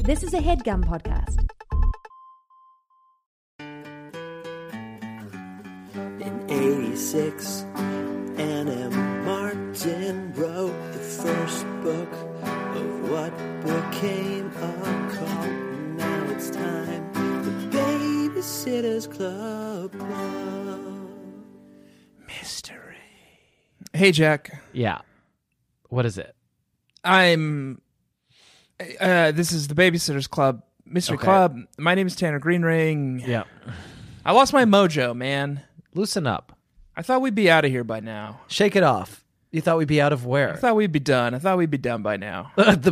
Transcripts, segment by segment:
This is a headgum podcast. In 86, Anna Martin wrote the first book of what became a cult. Now it's time, the Babysitter's Club. Club. Mystery. Hey, Jack. Yeah. What is it? I'm. Uh, this is the Babysitters Club, Mystery Okay. Club. My name is Tanner Greenring. Yeah. I lost my mojo, man. Loosen up. I thought we'd be out of here by now. Shake it off. You thought we'd be out of I where? thought we'd be done. I thought we'd be done by now. the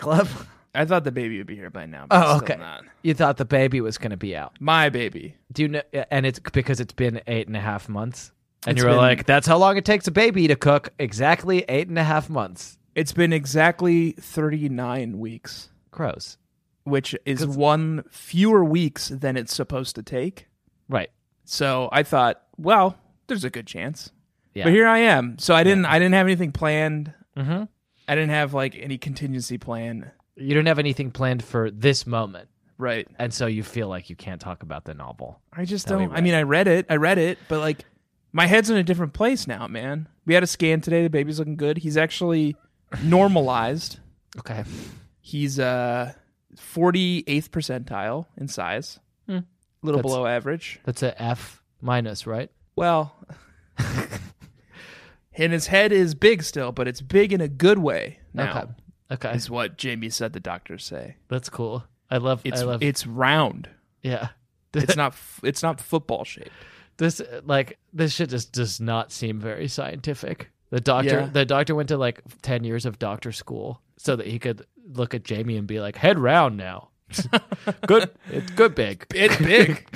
club. I thought the baby would be here by now. But Oh, it's still okay. Not. You thought the baby was going to be out. My baby. Do you know? And it's because it's been eight and a half months. And It's you were been- like, that's how long it takes a baby to cook. Exactly eight and a half months. It's been exactly 39 weeks, Gross. which is one fewer weeks than it's supposed to take. Right. So I thought, well, there's a good chance. Yeah. But here I am. So I didn't. I didn't have anything planned. Mhm. I didn't have like any contingency plan. You don't have anything planned for this moment. Right. And so you feel like you can't talk about the novel. I just That we don't. I read. mean, I read it. I read it, but like, my head's in a different place now, man. We had a scan today. The baby's looking good. He's actually normalized. Okay. He's uh 48th percentile in size, a little Hmm. That's- below average. That's a F minus, right? Well, and his head is big still, but it's big in a good way now. Okay. Okay. Is what Jamie said. The doctors say That's cool. I love. it's I love. it's round. yeah. It's not f- it's not football shaped. this like this shit just does not seem very scientific. The doctor Yeah. the doctor went to like ten years of doctor school so that he could look at Jamie and be like, head round now. good it's good big. It's big,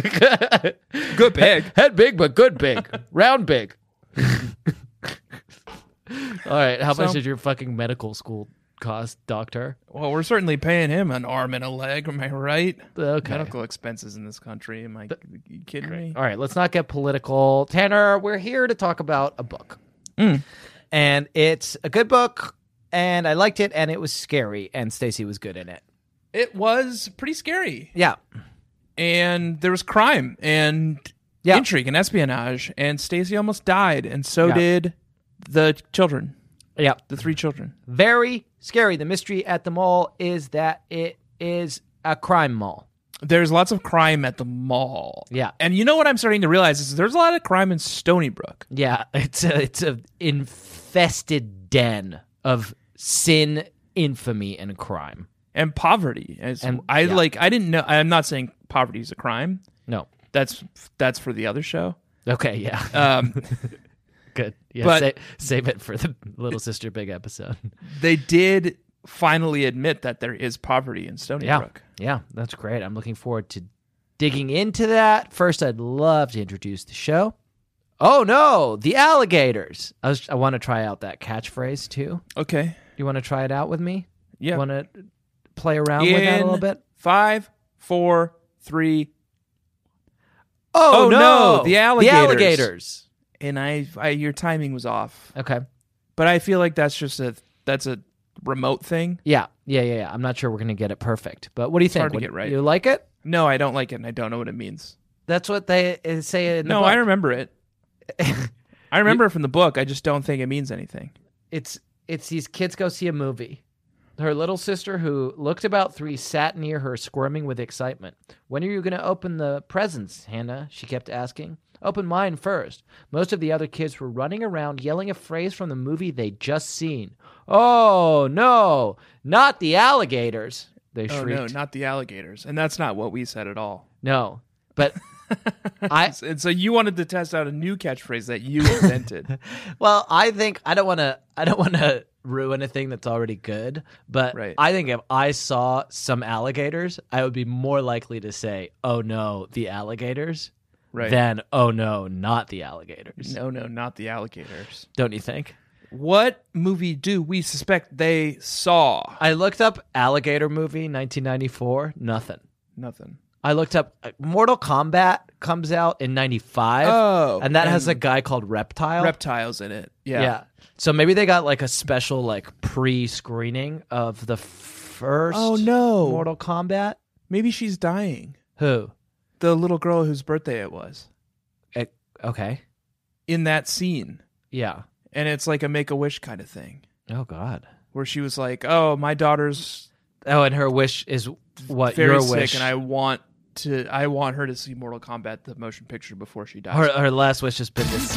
good big. Head big but good big. round big. All right. How much So- did your fucking medical school cost, doctor? Well, we're certainly paying him an arm and a leg. Am I right? Okay. Medical expenses in this country. Am I you kidding me? All right, let's not get political. Tanner, we're here to talk about a book. Mm. And it's a good book, and I liked it, and it was scary, and Stacy was good in it. It was pretty scary, Yeah. and there was crime and Yeah. intrigue and espionage, and Stacy almost died, and so Yeah. did the children, Yeah. the three children. Very scary. The mystery at the mall is that it is a crime mall. There's lots of crime at the mall. Yeah. and you know what I'm starting to realize is there's a lot of crime in Stony Brook. Yeah, it's a it's a infested den of sin, infamy, and crime. and poverty. As And- I yeah. like, I didn't know. I'm not saying poverty is a crime. No. Uh, That's that's for the other show. Okay, yeah. Um, good. Yeah, but- sa- save it for the Little Sister Big episode. they did finally admit that there is poverty in Stony Yeah. Brook. Yeah, that's great. I'm looking forward to digging into that. First, I'd love to introduce the show. Oh no, the alligators. I, was, I want to try out that catchphrase too. Okay. You want to try it out with me? Yeah. Want to play around with that a little In bit? Five, four, three, Oh, Oh, no, the alligators. The alligators. and I, I your timing was off. Okay. But I feel like that's just a that's a remote thing. Yeah. Yeah. Yeah. yeah. I'm not sure we're gonna get it perfect, but what do you think? hard to Would- get right. You like it? No, I don't like it, and I don't know what it means. That's what they uh, say. In the No, book. I remember it. I remember it from the book. I just don't think it means anything. it's it's these kids go see a movie. Her little sister, who looked about three, sat near her, squirming with excitement. When are you going to open the presents, Hannah? She kept asking. Open mine first. Most of the other kids were running around yelling a phrase from the movie they'd just seen. Oh, no, not the alligators, they Oh shrieked. no, not the alligators, and that's not what we said at all. No, but I, And so you wanted to test out a new catchphrase that you invented. Well, I think I don't want to. I don't want to ruin a thing that's already good. But Right. I think if I saw some alligators, I would be more likely to say, "Oh no, the alligators," right. than "Oh no, not the alligators." no, no, not the alligators. Don't you think? What movie do we suspect they saw? I looked up alligator movie 1994. Nothing. Nothing. I looked up uh, Mortal Kombat comes out in 95. Oh, and that has a and- guy called Reptile. Reptiles in it. Yeah. Yeah. So maybe they got like a special like pre-screening of the f- first Oh no. Mortal Kombat? Maybe she's dying. Who? The little girl whose birthday it was Eh, okay. in that scene. Yeah. And it's like a make a wish kind of thing Oh God. where she was like, "Oh, my daughter's Oh, and her wish is what very your sick wish. and I want to I want her to see Mortal Kombat the motion picture before she dies." her, her last wish has been this.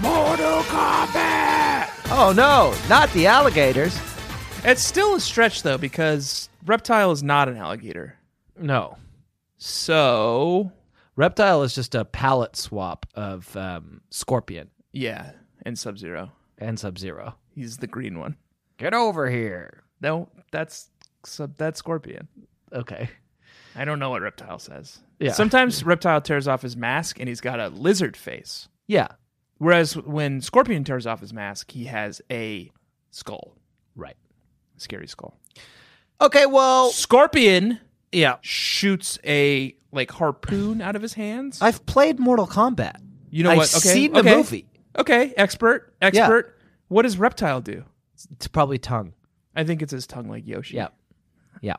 Mortal Kombat. oh no, not the alligators. It's still a stretch though because Reptile is not an alligator. No, So, reptile is just a palette swap of um, scorpion yeah, and Sub-Zero. and Sub Zero. He's the green one. Get over here. No, that's sub that's Scorpion. Okay. I don't know what Reptile says. Yeah. Sometimes Reptile tears off his mask and he's got a lizard face. Yeah. Whereas when Scorpion tears off his mask, he has a skull, Right. scary skull. Okay. Well. Scorpion Yeah. shoots a like harpoon out of his hands. I've played Mortal Kombat. you know I've what? Okay. seen the okay. movie. Okay, expert, expert. What does Reptile do? It's probably tongue. I think it's his tongue like Yoshi. Yeah. Yeah.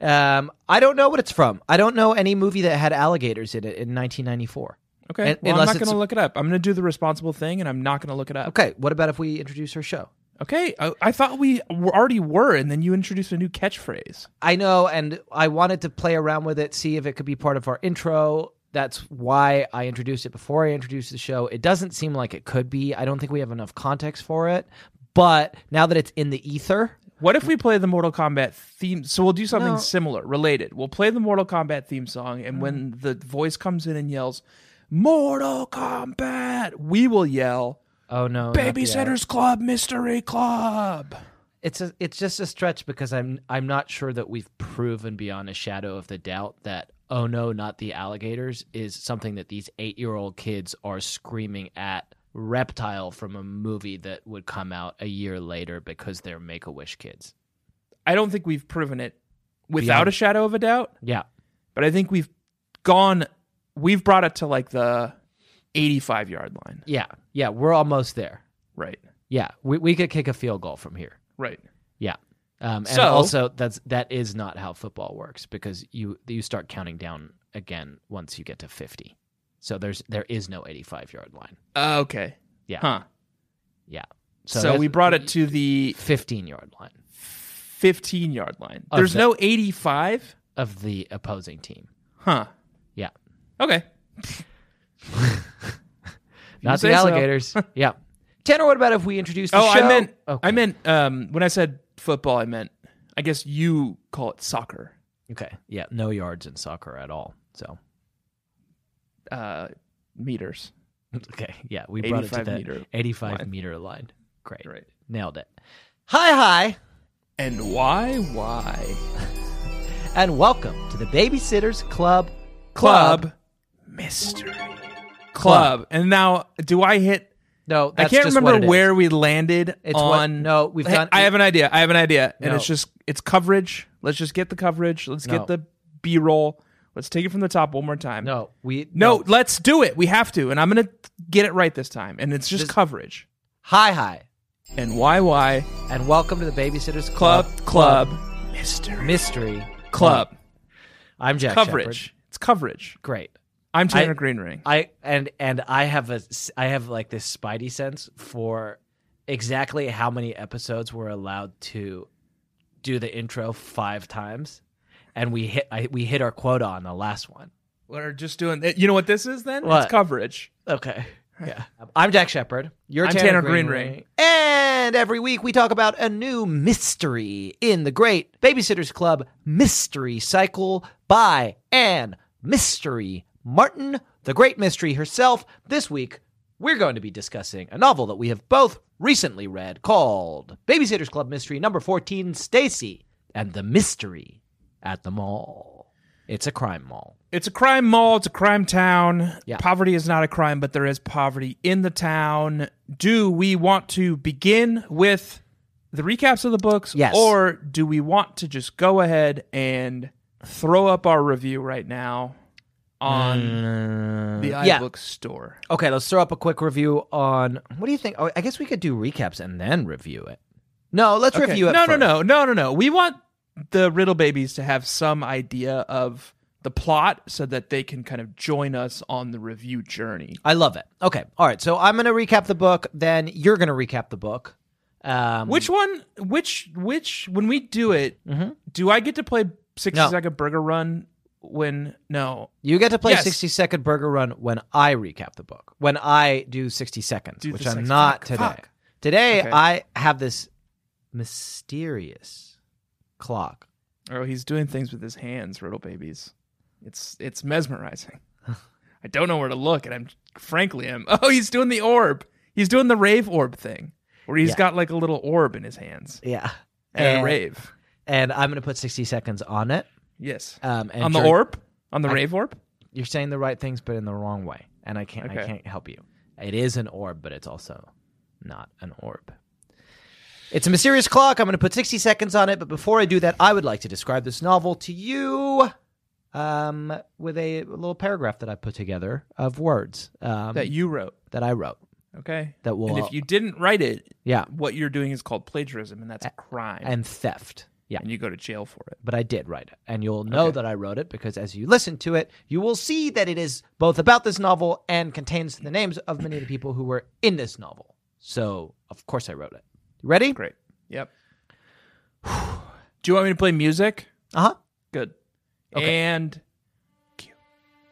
Um, I don't know what it's from. I don't know any movie that had alligators in it in 1994. Okay. And- well, unless I'm not it's- going to look it up. I'm going to do the responsible thing, and I'm not going to look it up. Okay, what about if we introduce her show? Okay. I, I thought we were already were, and then you introduced a new catchphrase. I know, and I wanted to play around with it, see if it could be part of our intro. That's why I introduced it before I introduced the show. It doesn't seem like it could be. I don't think we have enough context for it. But now that it's in the ether, What if we play the Mortal Kombat theme? So we'll do something No. similar, related. We'll play the Mortal Kombat theme song, and Mm. when the voice comes in and yells, Mortal Kombat, we will yell, oh no, not the alligator. Babysitter's Club, Mystery Club. It's a, it's just a stretch because I'm I'm not sure that we've proven beyond a shadow of the doubt that oh no, not the alligators is something that these eight year old kids are screaming at reptile from a movie that would come out a year later because they're make a wish kids. I don't think we've proven it without Beyond- a shadow of a doubt, Yeah. but I think we've gone, we've brought it to like the 85 yard line. Yeah. Yeah. We're almost there. Right. Yeah. We we could kick a field goal from here. Right. Yeah. Um, and So- also that's that is not how football works because you you start counting down again once you get to fifty. So there's there is no eighty five yard line. Uh, okay. Yeah. Huh. Yeah. So, that's we brought it to the 15 yard line 15 yard line. Of There's the- no 85? of the opposing team. Huh. Yeah. Okay. Not say so. the alligators. yeah. Tanner, what about if we introduce the oh, show? I meant Okay. I meant um when I said football, I meant I guess you call it soccer. Okay. Yeah. No yards in soccer at all. So, Uh meters. okay. Yeah. We brought it to 85 that meter 85 line. meter line. Great. Right. Nailed it. Hi, hi. And why why? And welcome to the Babysitters Club Club mystery. Club. And now do I hit No, I that's can't just what it remember is. where we landed It's what- on no, we've Hey, done- I have an idea. I have an idea. And No. it's just it's coverage. Let's just get the coverage. Let's No. get the B-roll. Let's take it from the top one more time. No, we No, let's do it. We have to. And I'm going to get it right this time. And it's just This- coverage. Hi, hi. And YY And welcome to the Babysitters Club Club Club Mystery Mystery Club I'm Jack coverage. Shepherd. It's coverage. Great. I'm Tanner I- Greenring. I and and I have a s- I have like this spidey sense for exactly how many episodes we're allowed to do the intro five times, and we hit I, we hit our quota on the last one. We're just doing eh, You know what this is then? What? It's coverage. Okay. Yeah. I'm Jack Shepard. You're I'm Tanner Tanner, Greenring. Greenring. And every week we talk about a new mystery in the great Babysitters Club Mystery Cycle by Anne Mystery Martin, the great mystery herself. This week we're going to be discussing a novel that we have both recently read called Babysitters Club Mystery number 14 Stacy and the Mystery at the Mall. It's a crime mall. It's a crime mall. It's a crime town. Yeah. Poverty is not a crime, but there is poverty in the town. Do we want to begin with the recaps of the books? Yes. Or do we want to just go ahead and throw up our review right now on the iBooks Mm. Yeah. store? Okay, let's throw up a quick review on what do you think? Oh, I guess we could do recaps and then review it. No, let's Okay. review it. no, first. no, no, no, no, no. We want the Riddle Babies to have some idea of the plot so that they can kind of join us on the review journey. I love it. Okay. All right. So I'm going to recap the book. Then you're going to recap the book. Um, Which one? Which which? When we do it, do I get to play sixty Mm-hmm. No. second Burger Run? When no, you get to play Yes. 60 Second Burger Run when I recap the book, when I do 60 Seconds, Do the which I'm seconds. not Fuck, today. fuck. Today, Okay. I have this mysterious clock. oh, he's doing things with his hands, Riddle Babies. It's it's mesmerizing. I don't know where to look, and I'm frankly am. Oh, he's doing the orb. He's doing the rave orb thing, where he's Yeah. Uh, got like a little orb in his hands Yeah. at a And- rave. And I'm going to put 60 seconds on it. Yes. Um, and on the you're- orb? On the rave orb? You're saying the right things, but in the wrong way. And I can't, I Okay. can't help you. It is an orb, but it's also not an orb. It's a mysterious clock. I'm going to put 60 seconds on it. But before I do that, I would like to describe this novel to you um, with a little paragraph that I put together of words um, That you wrote. that I wrote. Okay. That will- And if you didn't write it, Yeah. what you're doing is called plagiarism and that's a crime. And, And theft. Yeah. you go to jail for it. but I did write it. And you'll know that I wrote it because as you listen to it, you will see that it is both about this novel and contains the names of many of the people who were in this novel. So, of course, I wrote it. You Ready? Great. Yep. Do you want me to play music? Uh huh. Good. Okay. And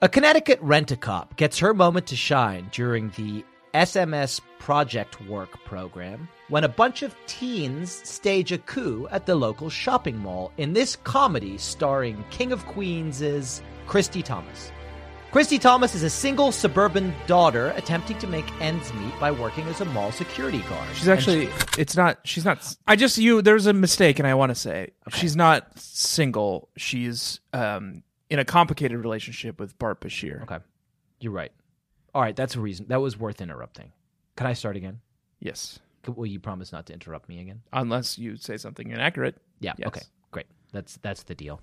A Connecticut rent a cop gets her moment to shine during the SMS Project Work program when a bunch of teens stage a coup at the local shopping mall in this comedy starring King of Queens' Christy Thomas. Christy Thomas is a single suburban daughter attempting to make ends meet by working as a mall security guard. she's actually it's not she's not I just you there's a mistake and I want to say she's not single. She's um in a complicated relationship with Bart Bashir. Okay. You're right. All right, that's a reason. That was worth interrupting. Can I start again? Yes. Can- Will you promise not to interrupt me again? Unless you say something inaccurate. Yeah. Yes. Okay. Great. That's that's the deal.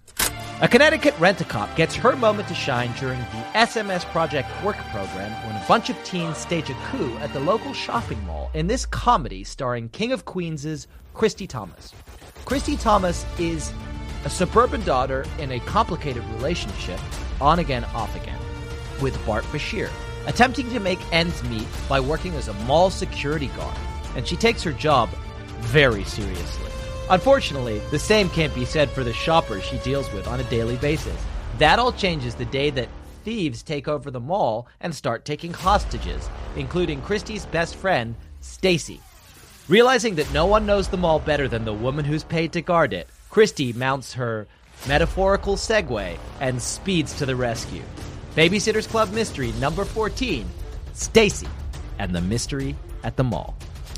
A Connecticut rent-a-cop gets her moment to shine during the SMS Project Work program when a bunch of teens stage a coup at the local shopping mall in this comedy starring King of Queens' Christy Thomas. Christy Thomas is a suburban daughter in a complicated relationship, on again, off again with Bart Bashir, attempting to make ends meet by working as a mall security guard, and she takes her job very seriously. Unfortunately, the same can't be said for the shoppers she deals with on a daily basis. That all changes the day that thieves take over the mall and start taking hostages, including Christie's best friend, Stacy. Realizing that no one knows the mall better than the woman who's paid to guard it, Christie mounts her metaphorical Segway and speeds to the rescue. Babysitters Club Mystery number 14, Stacy and the Mystery at the Mall.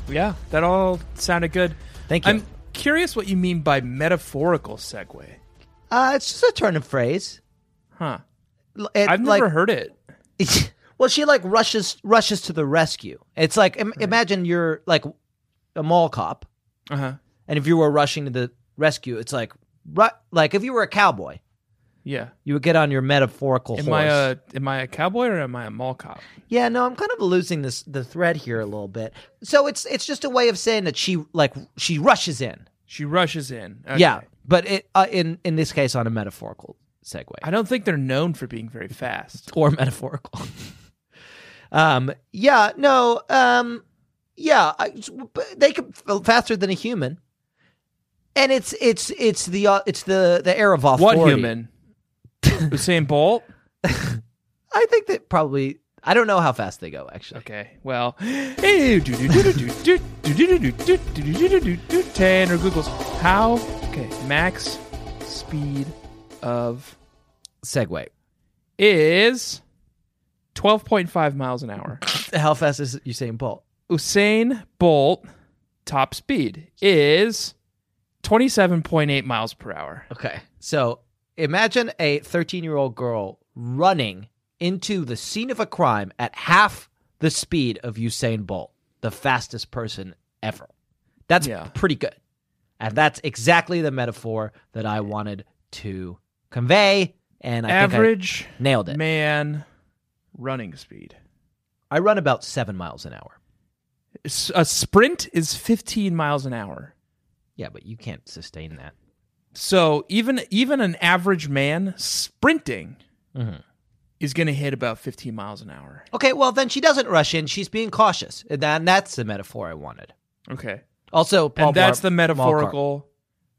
Yeah, that all sounded good. Thank you. I'm curious what you mean by metaphorical segue. Uh, it's just a turn of phrase. Huh. L- it, I've like- never heard it. well, she like rushes rushes to the rescue. It's like im- imagine you're like a mall cop, Uh huh. and if you were rushing to the rescue, it's like ru- like if you were a cowboy, Yeah. you would get on your metaphorical Am horse. I a am I a cowboy or am I a mall cop? Yeah, no, I'm kind of losing this the thread here a little bit. So it's it's just a way of saying that she like she rushes in. She rushes in. Okay. Yeah, but it uh, in in this case on a metaphorical segue I don't think they're known for being very fast. or metaphorical. um, yeah, no, um, yeah, I, but they could faster than a human, and it's it's it's the uh, it's the the air of authority. What human? Usain Bolt. I think that probably I don't know how fast they go actually. Okay. Well. Tanner Google's how. Okay. Max speed of Segway. is twelve point five miles an hour. How fast is Usain Bolt? Usain Bolt top speed is 27.8 miles per hour. Okay. So imagine a 13 year old girl running into the scene of a crime at half the speed of Usain Bolt, the fastest person ever. That's Yeah. pretty good. And that's exactly the metaphor that I wanted to convey. And I Average think I nailed it. man running speed. I run about seven miles an hour. S- A sprint is 15 miles an hour. Yeah, but you can't sustain that. So even even an average man sprinting Mhm. is going to hit about 15 miles an hour. Okay, well then she doesn't rush in. She's being cautious, and that- that's the metaphor I wanted. Okay, Also, Paul and that's Blart- the metaphorical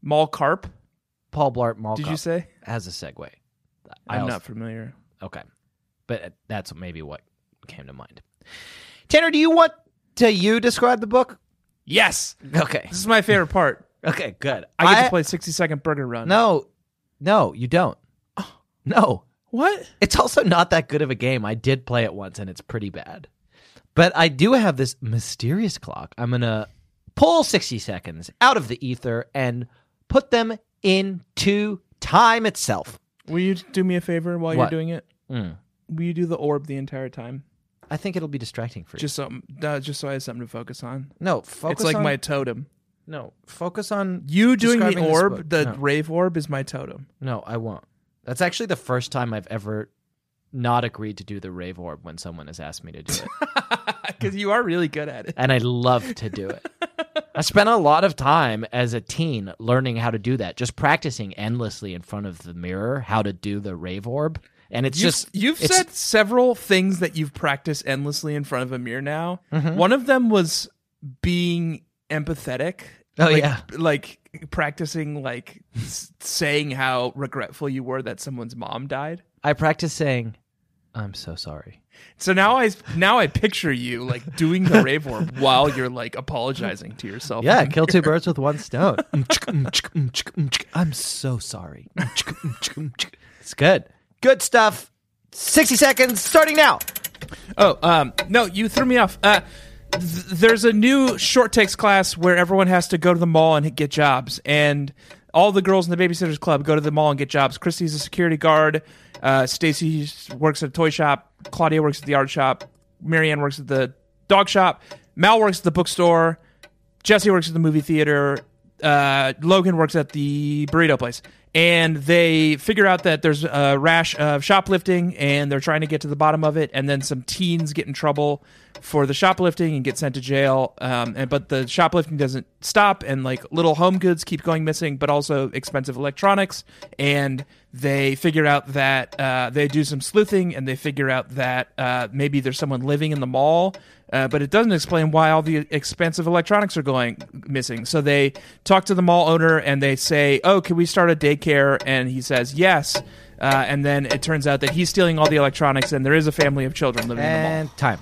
mall carp. Paul Blart Mall did Cop you say? as a segue. I I'm also- not familiar. Okay. But that's maybe what came to mind. Tanner, do you want to you describe the book? Yes, Okay. this is my favorite part. Okay, good. I get to play 60 second burger run. No. No, you don't. Oh. No. what? It's also not that good of a game. I did play it once and it's pretty bad. But I do have this mysterious clock. I'm going to pull 60 seconds out of the ether and put them into time itself. Will you do me a favor while What? you're doing it? Mm. Will you do the orb the entire time? I think it'll be distracting for you. Just so, uh, just so I have something to focus on. no, focus it's like on my totem. No, focus on You doing the describing this orb, book. the No. rave orb, is my totem. No, I won't. That's actually the first time I've ever not agreed to do the rave orb when someone has asked me to do it. Because you are really good at it. and I love to do it. I spent a lot of time as a teen learning how to do that, just practicing endlessly in front of the mirror how to do the rave orb. And it's You've, just you've it's- said several things that you've practiced endlessly in front of a mirror now. Mm-hmm. One of them was being empathetic. Oh, Like- yeah. Like practicing, like s- saying how regretful you were that someone's mom died. I practice saying, "I'm so sorry." So now I now I picture you like doing the rave orb while you're like apologizing to yourself. Yeah, kill two birds with one stone. um, I'm so sorry. Um, It's good. Good stuff. 60 seconds starting now. Oh, um, no, you threw me off. Uh, th- there's a new short takes class where everyone has to go to the mall and get jobs, and all the girls in the babysitters club go to the mall and get jobs. Christy's a security guard. Uh, Stacy works at a toy shop. Claudia works at the art shop. Marianne works at the dog shop. Mal works at the bookstore. Jesse works at the movie theater. Uh, Logan works at the burrito place. And they figure out that there's a rash of shoplifting and they're trying to get to the bottom of it. And then some teens get in trouble for the shoplifting and get sent to jail. Um, and, but the shoplifting doesn't stop and like little home goods keep going missing, but also expensive electronics. And they figure out that uh, they do some sleuthing and they figure out that uh, maybe there's someone living in the mall uh, but it doesn't explain why all the expensive electronics are going missing. So they talk to the mall owner and they say, "Oh, can we start a daycare?" And he says, "Yes." Uh, and then it turns out that he's stealing all the electronics, and there is a family of children living in the mall. And time.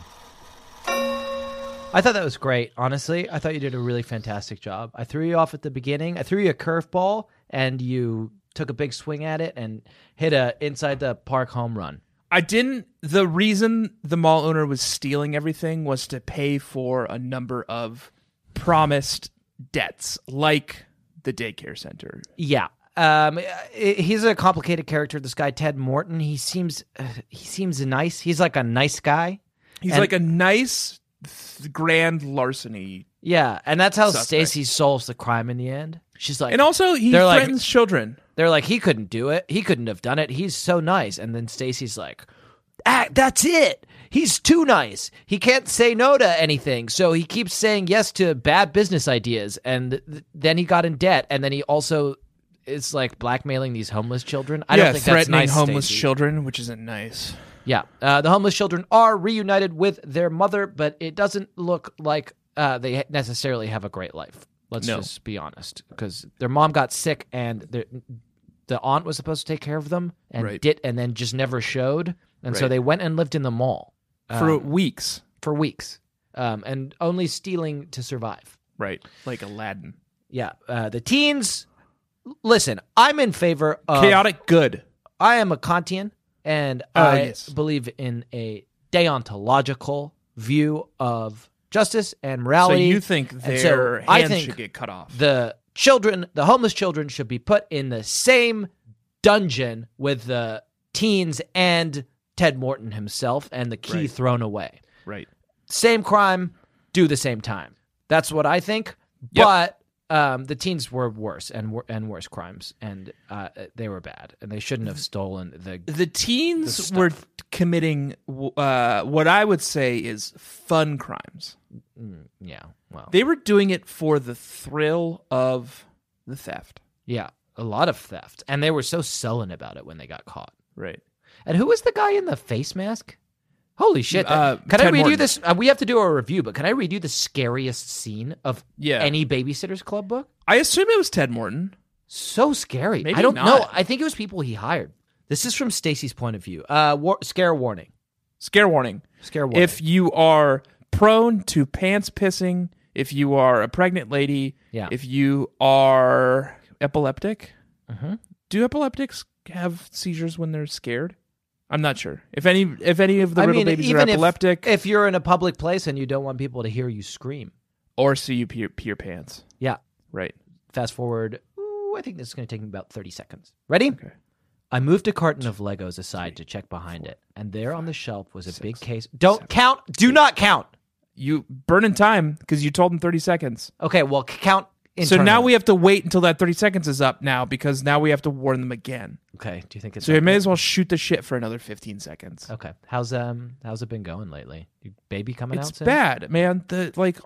I thought that was great, honestly. I thought you did a really fantastic job. I threw you off at the beginning. I threw you a curveball and you took a big swing at it and hit a inside the park home run. I didn't. The reason the mall owner was stealing everything was to pay for a number of promised debts, like the daycare center. Yeah. Um, i- he's a complicated character. This guy Ted Morton. He seems uh, he seems nice. He's like a nice guy. He's And- like a nice, th- grand larceny, Yeah, and that's how Suspect. Stacy solves the crime in the end. She's like, and also he They're like- threatens children. they're like, he couldn't do it. He couldn't have done it. He's so nice. And then Stacy's like, ah, that's it. He's too nice. He can't say no to anything. So he keeps saying yes to bad business ideas. And th- then he got in debt. And then he also is like blackmailing these homeless children. I yeah, don't think that's threatening nice, homeless Stacey. children, which isn't nice. Yeah. Uh, the homeless children are reunited with their mother, but it doesn't look like uh, they necessarily have a great life. Let's No. just be honest, because their mom got sick and their- the aunt was supposed to take care of them and Right. did, and then just never showed. And so Right. they went and lived in the mall For um, weeks. for weeks um, and only stealing to survive. Right. Like Aladdin. Yeah. Uh, the teens, listen, I'm in favor of. Chaotic good. I am a Kantian, and Oh, I yes. believe in a deontological view of justice and So morality. you think And their so hands I think should get cut off. the children, the homeless children, should be put in the same dungeon with the teens and Ted Morton himself, and the key Right. thrown away. right. Same crime, do the same time. That's what I think. Yep. But um, the teens were worse and wor- and worse crimes, and uh, they were bad, and they shouldn't have stolen the. The teens were committing w- uh, what I would say is fun crimes. Yeah, well, They were doing it for the thrill of the theft. yeah, a lot of theft, and they were so sullen about it when they got caught. Right. And who was the guy in the face mask? Holy shit! that- Uh, can I Ted read you Morton. this? Uh, we have to do a review, but can I read you the scariest scene of Yeah. any Babysitters Club book? I assume it was Ted Morton. So scary. Maybe I don't know. not. I think it was people he hired. This is from Stacy's point of view. Uh, war- scare warning. Scare warning. Scare warning. If you are prone to pants pissing, if you are a pregnant lady, Yeah. if you are epileptic, Mm-hmm. do epileptics have seizures when they're scared? I'm not sure. If any, if any of the I riddle mean, babies are even if- epileptic if you're in a public place and you don't want people to hear you scream, or see you pee your, pee your pants, yeah. right? Fast forward. Ooh, I think this is going to take me about 30 seconds. Ready? I moved a carton of Legos aside to check behind it, and there on the shelf was a big case. Don't count. Do not count. You burn in time because you told them 30 seconds. Okay, well, c- count. So now internally. we have to wait until that 30 seconds is up now because now we have to warn them again. Okay, do you think it's So you may as well shoot the shit for another 15 seconds. okay? How's um how's it been going lately? Your baby coming out? It's soon? bad, man. The like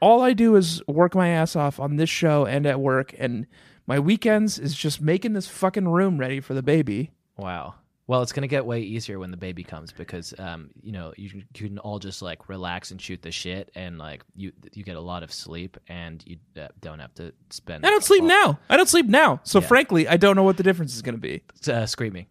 all I do is work my ass off on this show and at work and my weekends is just making this fucking room ready for the baby. Wow. Well, it's gonna get way easier when the baby comes because, um, you know, you, can- you can all just like relax and shoot the shit, and like you you get a lot of sleep, and you uh, don't have to spend. I don't sleep all- now. I don't sleep now. So Yeah. frankly, I don't know what the difference is going to be. Uh, screaming.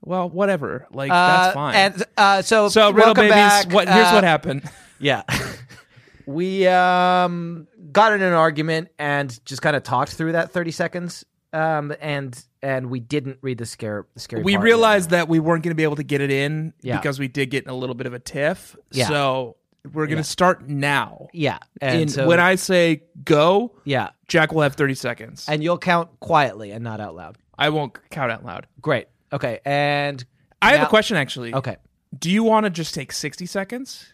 Well, whatever. Like Uh, that's fine. And uh, so, so riddle welcome babies, back. what here's Uh, what happened. Yeah. we um got in an argument and just kind of talked through that 30 seconds um and and we didn't read the scare scary We part. realized that we weren't going to be able to get it in Yeah. because we did get in a little bit of a tiff. Yeah. So we're going to Yeah. start now. yeah and And so, when I say go, yeah Jack will have 30 seconds. and you'll count quietly and not out loud I won't count out loud. great okay and I have Now- a question actually. okay Do you want to just take 60 seconds?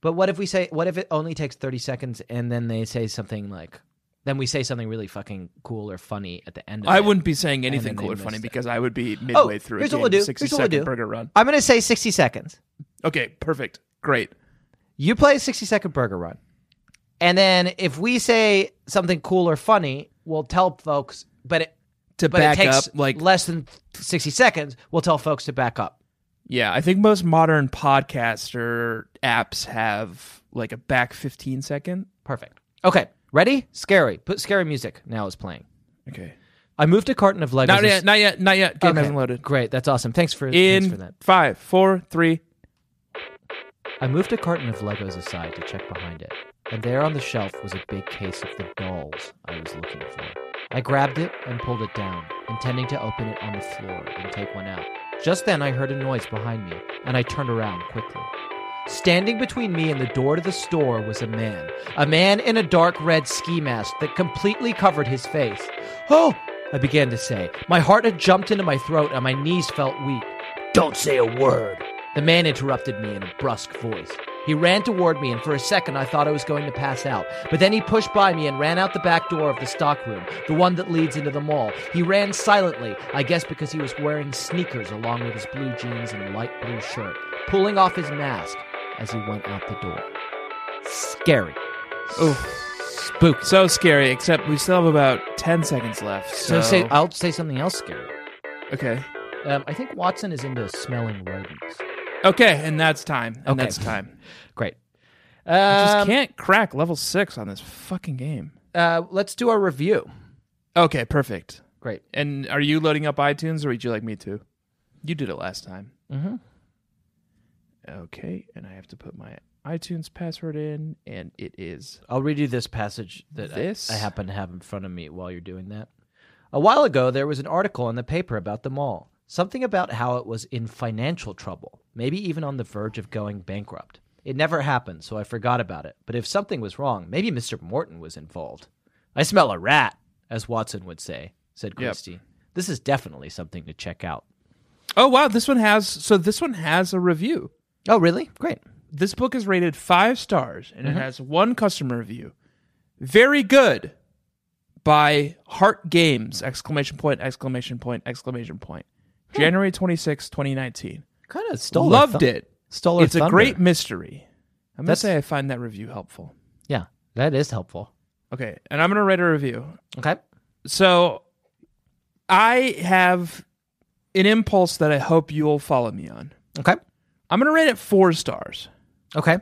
but what if we say what if it only takes 30 seconds and then they say something like then we say something really fucking cool or funny at the end of I it. wouldn't be saying anything then they cool or funny missed it. because I would be midway Oh, through here's a what we'll do. 60 Here's what we'll second do. burger run. i'm gonna say 60 seconds Okay, perfect. Great. You play a 60 second burger run. And then if we say something cool or funny, we'll tell folks, but it, To but back it takes up, like, less than 60 seconds, we'll tell folks to back up. yeah, I think most modern podcaster apps have like a back 15 second. Perfect. Okay. Ready? Scary. Put scary music now is playing. Okay. I moved a carton of Legos. Not yet, not yet, not yet. Game Okay. hasn't loaded. Great. That's awesome. Thanks for, thanks for In that. five, four, three. I moved a carton of Legos aside to check behind it, and there on the shelf was a big case of the dolls I was looking for. I grabbed it and pulled it down, intending to open it on the floor and take one out. Just then I heard a noise behind me, and I turned around quickly. Standing between me and the door to the store was a man. A man in a dark red ski mask that completely covered his face. Oh! I began to say. My heart had jumped into my throat and my knees felt weak. Don't say a word. The man interrupted me in a brusque voice. He ran toward me, and for a second I thought I was going to pass out. But then he pushed by me and ran out the back door of the stock room, the one that leads into the mall. He ran silently, I guess because he was wearing sneakers along with his blue jeans and light blue shirt, pulling off his mask as he went out the door. Scary. Oof. Spooky. So scary, except we still have about 10 seconds left. So So, say, I'll say something else scary. okay. Um, I think Watson is into smelling rodents. Okay, and that's time. And Okay. that's time. Great. I just Um, can't crack level six on this fucking game. uh, let's do our review. Okay, perfect. Great. And are you loading up iTunes or would you like me to? You did it last time. Mhm. Okay, and I have to put my iTunes password in, and it is. I'll read you this passage that I- This? I, happen to have in front of me while you're doing that. A while ago, there was an article in the paper about the mall, something about how it was in financial trouble, maybe even on the verge of going bankrupt. It never happened, so I forgot about it. But if something was wrong, maybe Mr. Morton was involved. I smell a rat, as Watson would say, said Christie. This is definitely something to check out. Oh wow, this one has. So this one has a review. Oh, really? Great. This book is rated Mm-hmm. five stars, and it has one customer review. Very good, by Heart Games! Exclamation point! Exclamation point! Exclamation point! January twenty sixth, 2019. Kind of Hmm. stole. her Loved thu- it. Stole. her it's a thunder. great mystery. I'm gonna That's- say I find that review helpful. Yeah, that is helpful. Okay, and I'm gonna write a review. Okay. So I have an impulse that I hope you'll follow me on. Okay. I'm gonna rate it four stars. Okay.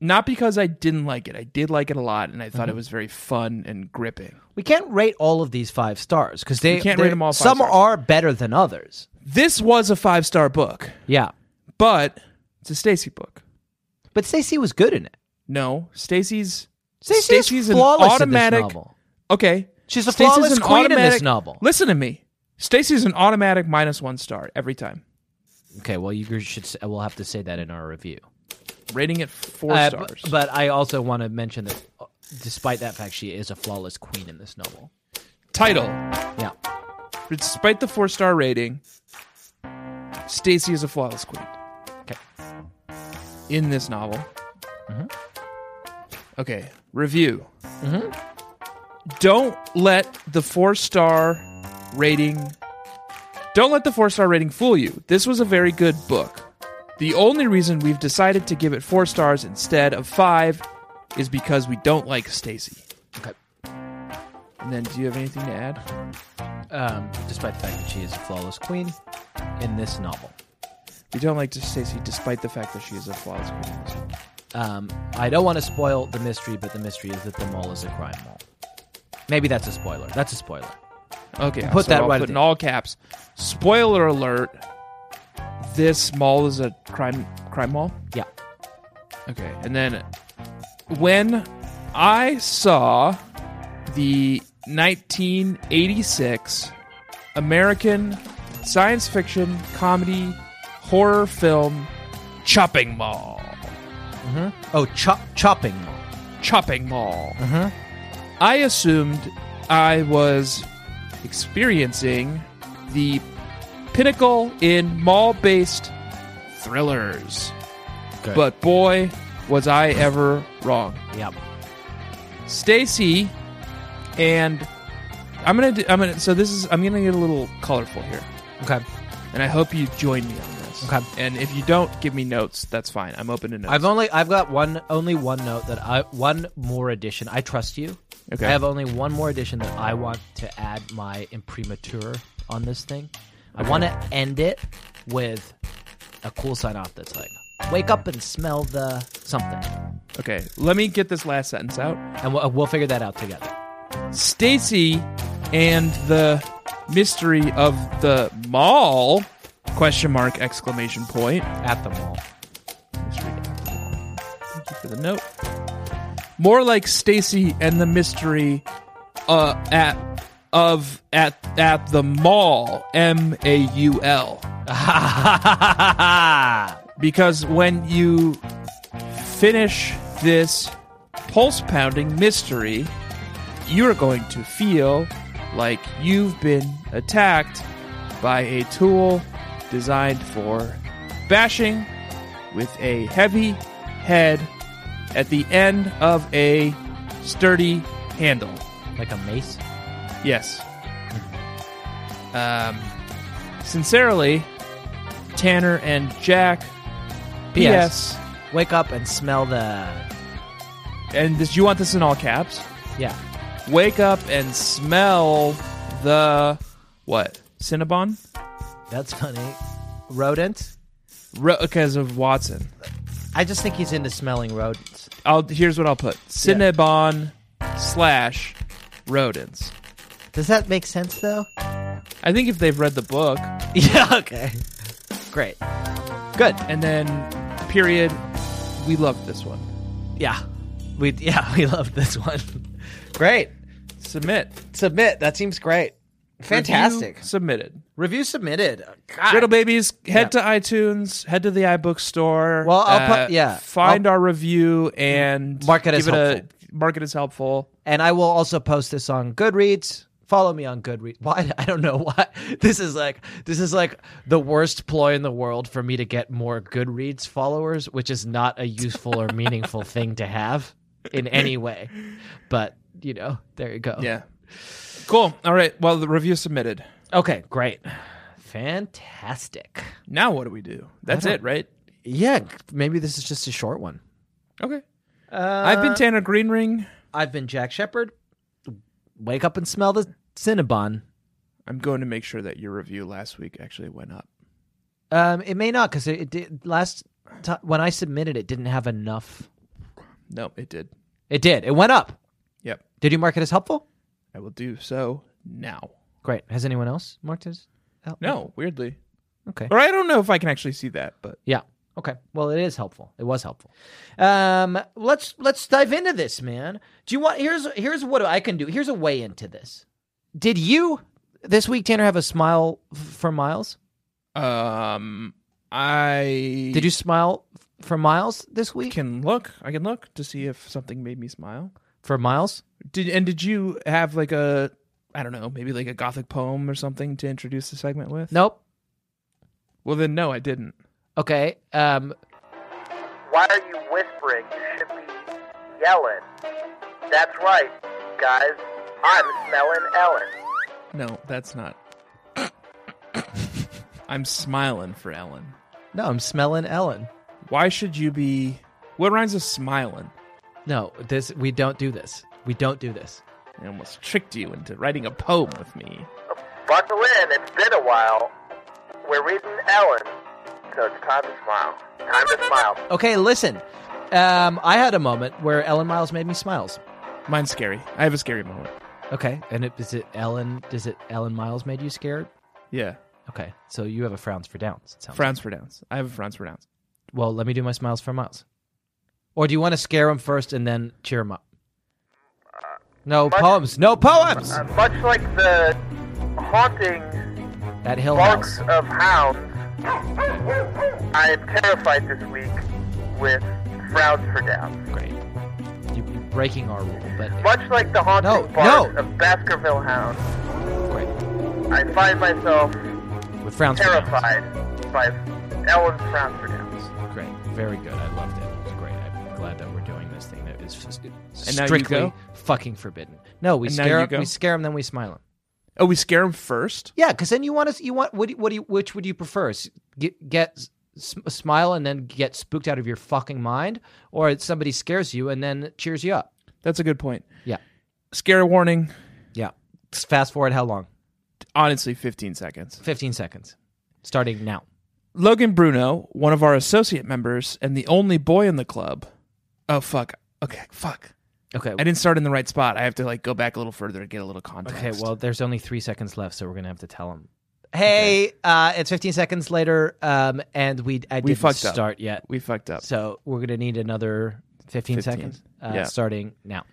Not because I didn't like it. I did like it a lot, and I thought Mm-hmm. it was very fun and gripping. We can't rate all of these five stars because they We can't they- rate 'em all five some stars. are better than others. This was a five star book, Yeah, but it's a Stacy book. but Stacey was good in it. No, Stacy's Stacey's Stacy's an flawless automatic. in this novel. Okay, She's a Stacy's flawless an queen in this automatic- novel. Listen to me. Stacy's an automatic minus one star every time. Okay, well you should. s- We'll have to say that in our review. Rating it four Uh, b- stars. But I also want to mention that, uh, despite that fact, she is a flawless queen in this novel. Title: Yeah. Despite the four star rating, Stacy is a flawless queen. Okay. in this novel. Okay, review. Don't let the four star rating. Don't let the four star rating fool you. This was a very good book. The only reason we've decided to give it four stars instead of five is because we don't like Stacy. Okay. And then, do you have anything to add? Um, despite the fact that she is a flawless queen in this novel, We don't like Stacy, despite the fact that she is a flawless queen. um, I don't want to spoil the mystery, but the mystery is that the mall is a crime mall. Maybe that's a spoiler. That's a spoiler. Okay, Put so that I'll right put in there. all caps. Spoiler alert: This mall is a crime crime mall. Yeah. Okay, and then when I saw the 1986 American science fiction comedy horror film Chopping Mall, Oh, chop chopping mall. Chopping Mall, Uh-huh. I assumed I was experiencing the pinnacle in mall based thrillers. Okay. But boy, was I ever wrong. Yeah. Stacy and I'm gonna do, I'm gonna so this is I'm gonna get a little colorful here, Okay. and I hope you join me on this. Okay. And if you don't give me notes, that's fine. I'm open to notes. I've only I've got one only one note that I one more addition. I trust you. Okay. I have only one more addition that I want to add my imprimatur on this thing. I want to end it with a cool sign off that's like wake up and smell the something. okay. Let me get this last sentence out. And we'll, we'll figure that out together. Stacy and the mystery of the mall question mark exclamation point At the mall. Thank you for the note. More like Stacy and the mystery uh, at of at at the mall M A U L because when you finish this pulse pounding mystery, you're going to feel like you've been attacked by a tool designed for bashing with a heavy head at the end of a sturdy handle. like a mace. Yes. Um, sincerely, Tanner and Jack. P.S. P.S. Wake up and smell the And this, you want this in all caps? yeah. Wake up and smell the what? Cinnabon? That's funny. Rodent. Because of Watson. I just think he's into smelling rodents. I'll here's what I'll put: Cinnabon slash rodents. Does that make sense though? I think if they've read the book, Yeah, okay. Great. Good. and then period, we loved this one. Yeah. We yeah, we love this one. great. Submit. Submit. That seems great. Fantastic. Review Review, submitted. submitted. God. Riddle Babies, head Ah. Yeah. to iTunes, head to the iBook store. Uh, Well, I'll put- yeah, Find I'll- our review and Mark it as give helpful. A, mark it as helpful. and I will also post this on Goodreads. Follow me on Goodreads. Why I don't know why. This is like this is like the worst ploy in the world for me to get more Goodreads followers, which is not a useful or meaningful thing to have in any way. But you know, there you go. Yeah. Cool. All right. Well, the review submitted. Okay, great. Fantastic. Now what do we do? That's don't- it, right? Yeah, maybe this is just a short one. Okay. Uh, I've been Tanner Greenring. I've been Jack Shepard. Wake up and smell the Cinnabon. I'm going to make sure that your review last week actually went up. Um, it may not because it, it did last ti when I submitted it didn't have enough. No, it did. It did. It went up. Yep. Did you mark it as helpful? I will do so now. Great. Has anyone else marked it as helpful? No, weirdly. Okay. Or I don't know if I can actually see that, but Yeah. Okay. Well, it is helpful. It was helpful. Um, let's let's dive into this, man. Do you want here's here's what I can do. Here's a way into this. Did you this week, Tanner, have a smile f- for Miles? um I Did you smile f- for Miles this week? can look. I can look to see if something made me smile. for Miles? Did and did you have like a I don't know, maybe like a gothic poem or something to introduce the segment with? Nope. Well then no, I didn't. Okay. Um, Why are you whispering? You should be yelling. That's right, guys. I'm smelling Ellen. No, that's not. I'm smiling for Ellen. no, I'm smelling Ellen. Why should you be what rhymes with smiling? No, this we don't do this. We don't do this. I almost tricked you into writing a poem with me. Buckle in, it's been a while. We're reading Ellen, so it's time to smile. Time to smile. Okay, listen. Um, I had a moment where Ellen Miles made me smiles. Mine's scary. I have a scary moment. Okay, and it, is it Ellen? Does it Ellen Miles made you scared? Yeah. Okay, so you have a frowns for downs. It sounds. Frowns for downs. I have a frowns for downs. well, let me do my smiles for miles. Or do you want to scare him first and then cheer him up? No poems. No poems. Uh, much like the haunting At Hill barks Oh, House. of hounds, I am terrified this week with frowns for downs. Great. You- You're breaking our rule, but Much like the haunting No, barks no. of Baskerville hounds, great. I find myself With frowns. for downs. terrified by Ellen frowns for downs. Great. Very good. I loved it. It was great. I'm glad that we're doing this thing that is f- now you strictly go? fucking forbidden. No, we And now scare you him, go? we scare him, then we smile him. Oh, we scare him first? Yeah, because then you want to you want what do you- what do you, which would you prefer? S- Get get s- s- smile and then get spooked out of your fucking mind, or it's somebody scares you and then cheers you up. That's a good point. Yeah, Scare warning, yeah. S- Fast forward how long? honestly, 15 seconds. Fifteen seconds, starting now. Logan Bruno, one of our associate members and the only boy in the club. Oh, fuck. Okay, fuck. Okay. I didn't start in the right spot. I have to like go back a little further to get a little context. Okay, well, there's only three seconds left, so we're gonna have to tell him. Hey, uh, it's 15 seconds later, um, and we I We didn't fucked up. start yet, we fucked up. so we're gonna need another 15, 15, seconds uh, yeah. starting now.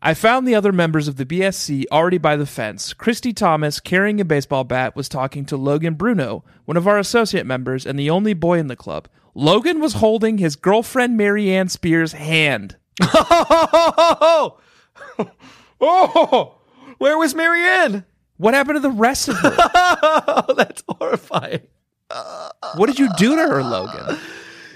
I found the other members of the BSC already by the fence. Christy Thomas, carrying a baseball bat, was talking to Logan Bruno, one of our associate members and the only boy in the club. Logan was holding his girlfriend Marianne Spears' hand. Oh, where was Marianne? What happened to the rest of her? Oh, that's horrifying. what did you do to her, Logan?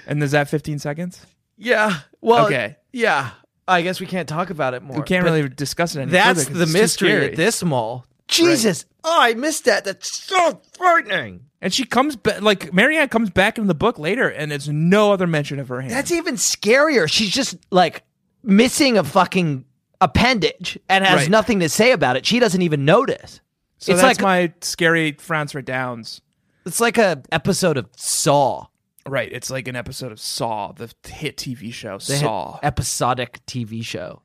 And is that 15 seconds? Yeah. Well. Okay. Yeah. I guess we can't talk about it more. We can't but really discuss it anymore. That's the mystery at this mall. Jesus. Oh, I missed that. That's so frightening. And she comes back, like, Marianne comes back in the book later, and it's no other mention of her hand. That's even scarier. She's just like missing a fucking appendage and has Right. nothing to say about it. She doesn't even notice. so it's that's like my scary France Downs. it's like a episode of Saw, Right, it's like an episode of Saw, the hit TV show the hit Saw. episodic TV show.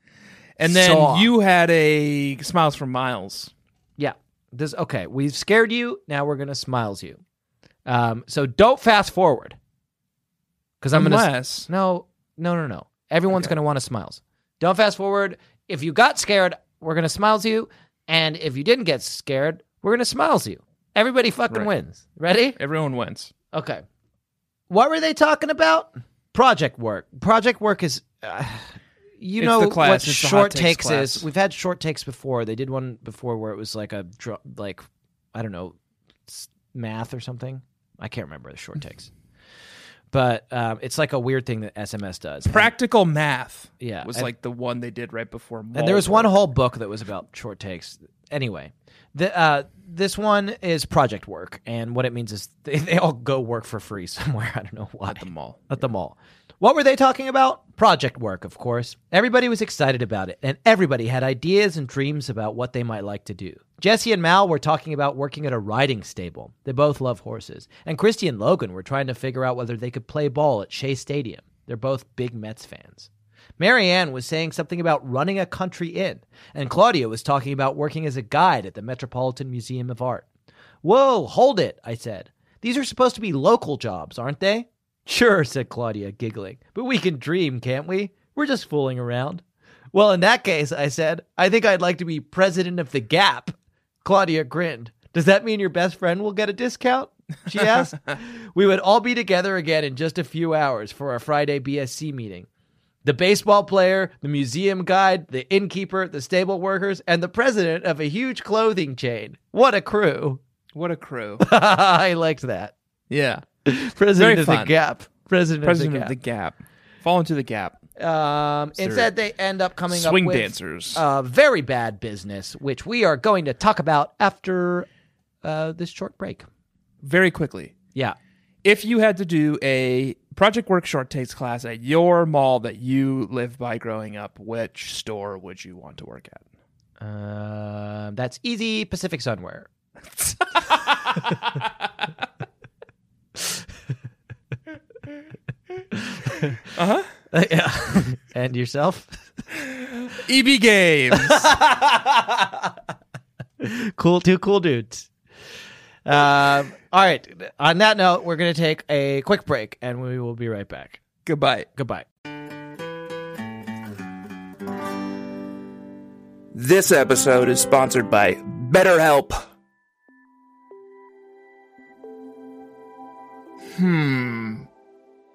and then Saw. you had a Smiles from Miles. Yeah. This okay. We've scared you. Now we're gonna smiles you. Um. So don't fast forward. Because I'm gonna Unless no no no no. Everyone's gonna want to smiles. Don't fast forward. If you got scared, we're gonna smiles you. And if you didn't get scared, we're gonna smiles you. Everybody fucking Right. wins. Ready? everyone wins. Okay. What were they talking about? Project work. Project work is, uh, you It's know, the class, what it's the hot short takes takes, class. is. We've had short takes before. They did one before where it was like a dr- like, I don't know, s- math or something. I can't remember the short takes, but um, it's like a weird thing that SMS does. And- Practical math Yeah, was and- like the one they did right before and there was Mallrats. one whole book that was about short takes anyway, the, uh, this one is project work, and what it means is they, they all go work for free somewhere. I don't know why. At the mall. At the mall. What were they talking about? Project work, of course. Everybody was excited about it, and everybody had ideas and dreams about what they might like to do. Jesse and Mal were talking about working at a riding stable. They both love horses. And Christy and Logan were trying to figure out whether they could play ball at Shea Stadium. They're both big Mets fans. Marianne was saying something about running a country inn, and Claudia was talking about working as a guide at the Metropolitan Museum of Art. Whoa, hold it, I said. These are supposed to be local jobs, aren't they? Sure, said Claudia, giggling, but we can dream, can't we? We're just fooling around. Well, in that case, I said, I think I'd like to be president of the Gap. Claudia grinned. Does that mean your best friend will get a discount? She asked. we would all be together again in just a few hours for our Friday BSC meeting. The baseball player, the museum guide, the innkeeper, the stable workers, and the president of a huge clothing chain. What a crew. What a crew. I liked that. yeah. President Very of the fun. Gap. President, President of the Gap. Gap. Fall into the gap. um, instead, they end up coming Swing up with dancers. uh, very bad business, which we are going to talk about after uh, this short break. Very quickly. Yeah. If you had to do a project work short takes class at your mall that you lived by growing up, which store would you want to work at? Um, that's easy Pacific Sunwear. uh huh. yeah. and yourself? EB E Games. cool, two cool dudes. Um, all right. On that note, we're going to take a quick break and we will be right back. Goodbye. Goodbye. This episode is sponsored by BetterHelp. Hmm.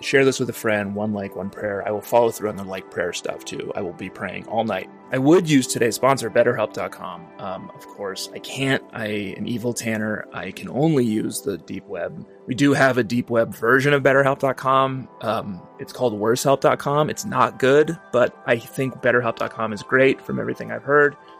Share this with a friend, one like, one prayer. I will follow through on the like prayer stuff too. I will be praying all night. I would use today's sponsor, BetterHelp.com. Um, of course, I can't. I am evil Tanner. I can only use the deep web. We do have a deep web version of BetterHelp.com. Um, it's called WorseHelp.com. It's not good, but I think BetterHelp.com is great from everything I've heard.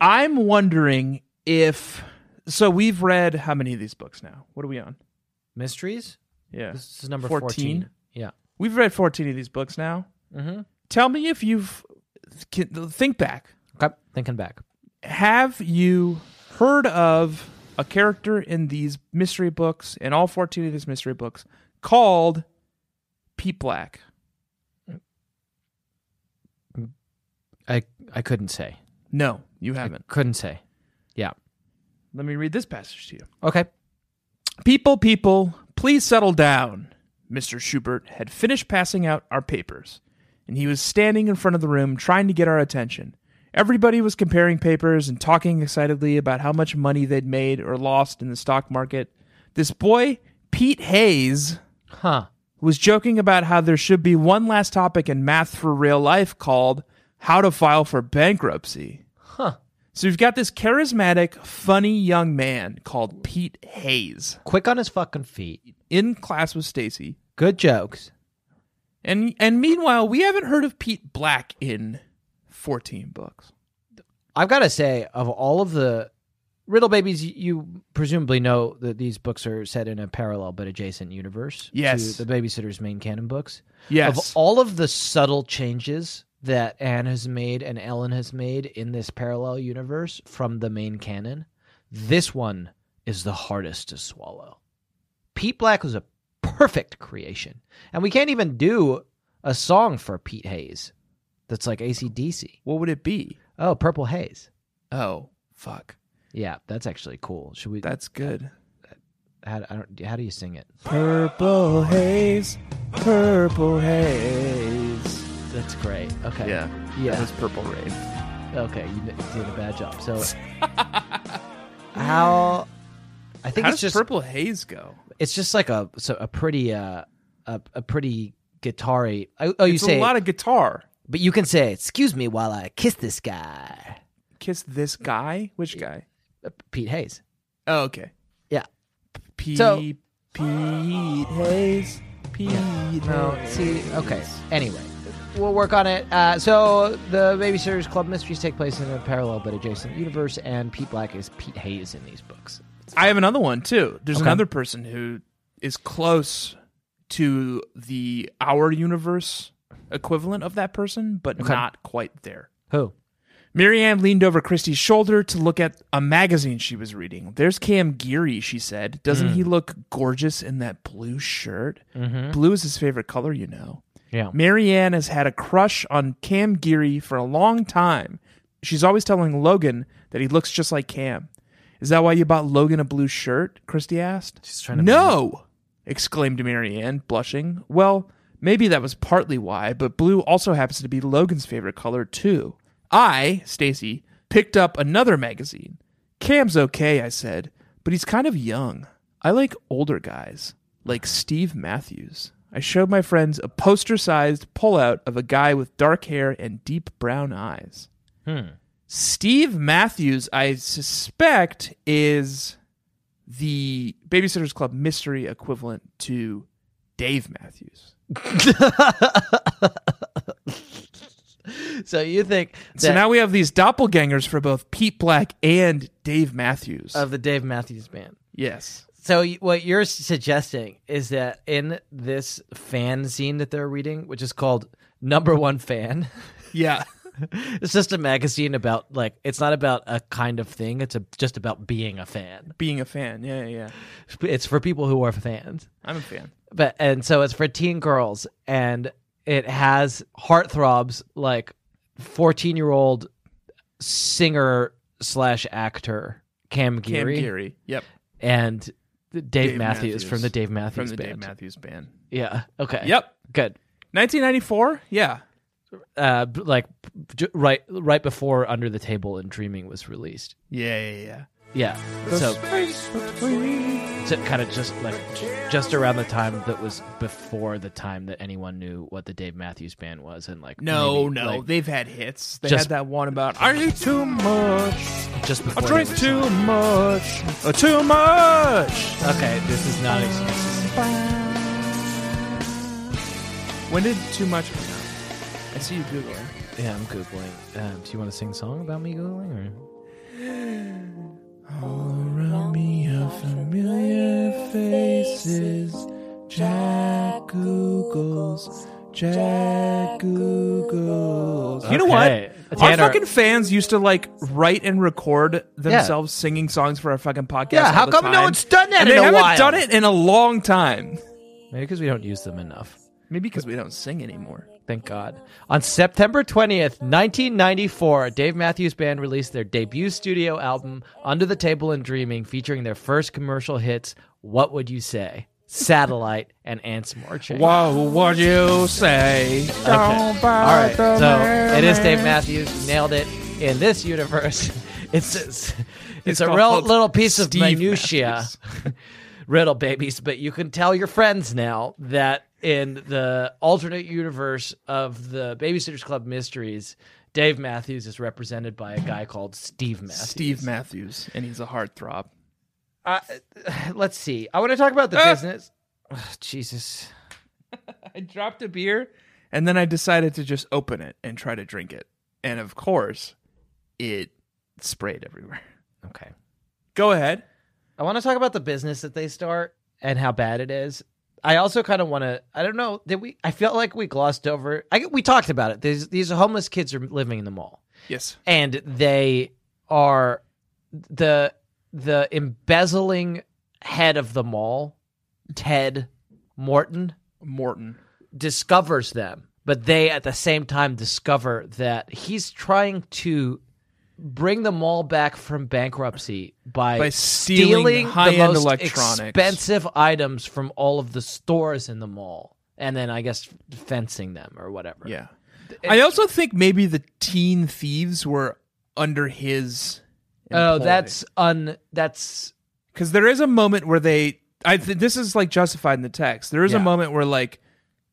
I'm wondering if so we've read how many of these books now? What are we on? Mysteries? Yeah. This is number 14. 14. Yeah. We've read 14 of these books now. Mm-hmm. Tell me if you've can- think back. Okay. Thinking back. Have you heard of a character in these mystery books in all 14 of these mystery books called Pete Black? I, I couldn't say. No, you I haven't. couldn't say. Yeah. Let me read this passage to you. Okay. People, people, please settle down. Mr. Schubert had finished passing out our papers, and he was standing in front of the room trying to get our attention. Everybody was comparing papers and talking excitedly about how much money they'd made or lost in the stock market. This boy, Pete Hayes, Huh. was joking about how there should be one last topic in math for real life called how to file for bankruptcy. Huh. So we've got this charismatic, funny young man called Pete Hayes. Quick on his fucking feet. in class with Stacy. Good jokes. And and meanwhile, we haven't heard of Pete Black in 14 books. I've got to say, of all of the Riddle Babies, y- you presumably know that these books are set in a parallel but adjacent universe Yes. to the Babysitter's main canon books. Yes. Of all of the subtle changes that Anne has made and Ellen has made in this parallel universe from the main canon, this one is the hardest to swallow. Pete Black was a perfect creation. And we can't even do a song for Pete Hayes that's like ACDC. what would it be? Oh, Purple Haze. Oh, fuck. Yeah, that's actually cool. Should we? That's good. How, I don't, how do you sing it? Purple haze, purple haze. That's great. Okay. Yeah. Yeah. That was Purple Rain. Okay. You did a bad job. So, how? I think How it's does just purple haze go? it's just like a so a pretty uh a, a pretty guitar-y. Oh, oh, you it's say, a lot of guitar. but you can say, "Excuse me, while I kiss this guy." Kiss this guy? Which guy? Uh, Pete Hayes. Oh, okay. Yeah. Pete So- Pete Hayes. Pete No, Hayes. see, okay. Anyway, we'll work on it. Uh, so the Babysitters Club mysteries take place in a parallel but adjacent universe, and Pete Black is Pete Hayes in these books. I have another one too. There's Okay. another person who is close to the our universe equivalent of that person, but not quite there. Who? Marianne leaned over Christie's shoulder to look at a magazine she was reading. There's Cam Geary, she said. Doesn't he look gorgeous in that blue shirt? Blue is his favorite color, you know. Yeah. Marianne has had a crush on Cam Geary for a long time. She's always telling Logan that he looks just like Cam. Is that why you bought Logan a blue shirt? Christy asked. She's trying to- No, exclaimed Marianne, blushing. Well, maybe that was partly why, but blue also happens to be Logan's favorite color too. I, Stacy, picked up another magazine. Cam's okay, I said, but he's kind of young. I like older guys, like Steve Matthews. I showed my friends a poster sized pullout of a guy with dark hair and deep brown eyes. Steve Matthews, I suspect, is the Babysitters Club mystery equivalent to Dave Matthews. So you think that So now we have these doppelgangers for both Pete Black and Dave Matthews. of the Dave Matthews Band? yes. So y- what you're s- suggesting is that in this fanzine that they're reading, which is called Number One Fan. Yeah. It's just a magazine about like it's not about a kind of thing. It's a, just about being a fan. Being a fan. Yeah, yeah, yeah. It's for people who are fans. I'm a fan. but and so it's for teen girls and it has heartthrobs like 14 year old singer slash actor cam Cam geary, Geary. Yep. and dave, Dave matthews, Matthews. from the dave matthews From the band Dave Matthews Band. yeah okay Yep. good 1994? Yeah. uh b- like j- right right before under the table and dreaming was released Yeah, yeah, yeah. yeah so kind of just like just around the time that was before the time that anyone knew what the dave matthews band was and like No, maybe, no. like, They've had hits. They Just- had that one about I eat too much. just I before they drink were too signed. much. Uh, too much. Okay, this is not excuses. When did too much come out? I see you Googling. Yeah, I'm googling. Um, do you want to sing a song about me googling? Or? All around me are familiar faces. Jack Googles. Jack Googles. You know Okay. what? Our Tanner- fucking fans used to like write and record themselves singing songs for our fucking podcast. Yeah, all how the come no time. one's done that And in they a haven't while? done it in a long time. Maybe because we don't use them enough. Maybe because we don't sing anymore. Thank God. On September 20th, 1994, Dave Matthews Band released their debut studio album, Under the Table and Dreaming, featuring their first commercial hits, What Would You Say? Satellite and Ants Marching. Whoa, what you say? Okay. All right. So it is Dave Matthews. Nailed it. In this universe, it's it's, it's a real called little piece of Steve minutia, riddle babies. But you can tell your friends now that in the alternate universe of the Babysitters Club mysteries, Dave Matthews is represented by a guy called Steve Matthews. Steve Matthews, and he's a heartthrob. Uh, let's see. I want to talk about the Ah! business. Ugh, Jesus. I dropped a beer and then I decided to just open it and try to drink it. And of course, it sprayed everywhere. Okay. Go ahead. I want to talk about the business that they start and how bad it is. I also kind of want to. I don't know. Did we? I felt like we glossed over. I we talked about it. These these homeless kids are living in the mall, Yes. and they are the the embezzling head of the mall, Ted Morton, Morton. discovers them, but they at the same time discover that he's trying to bring the mall back from bankruptcy by, By stealing the high-end most electronics. expensive items from all of the stores in the mall, and then I guess fencing them or whatever. Yeah. I also think maybe the teen thieves were under his. Oh, that's un. That's because there is a moment where they. I th- this is like justified in the text. There is a Yeah. moment where like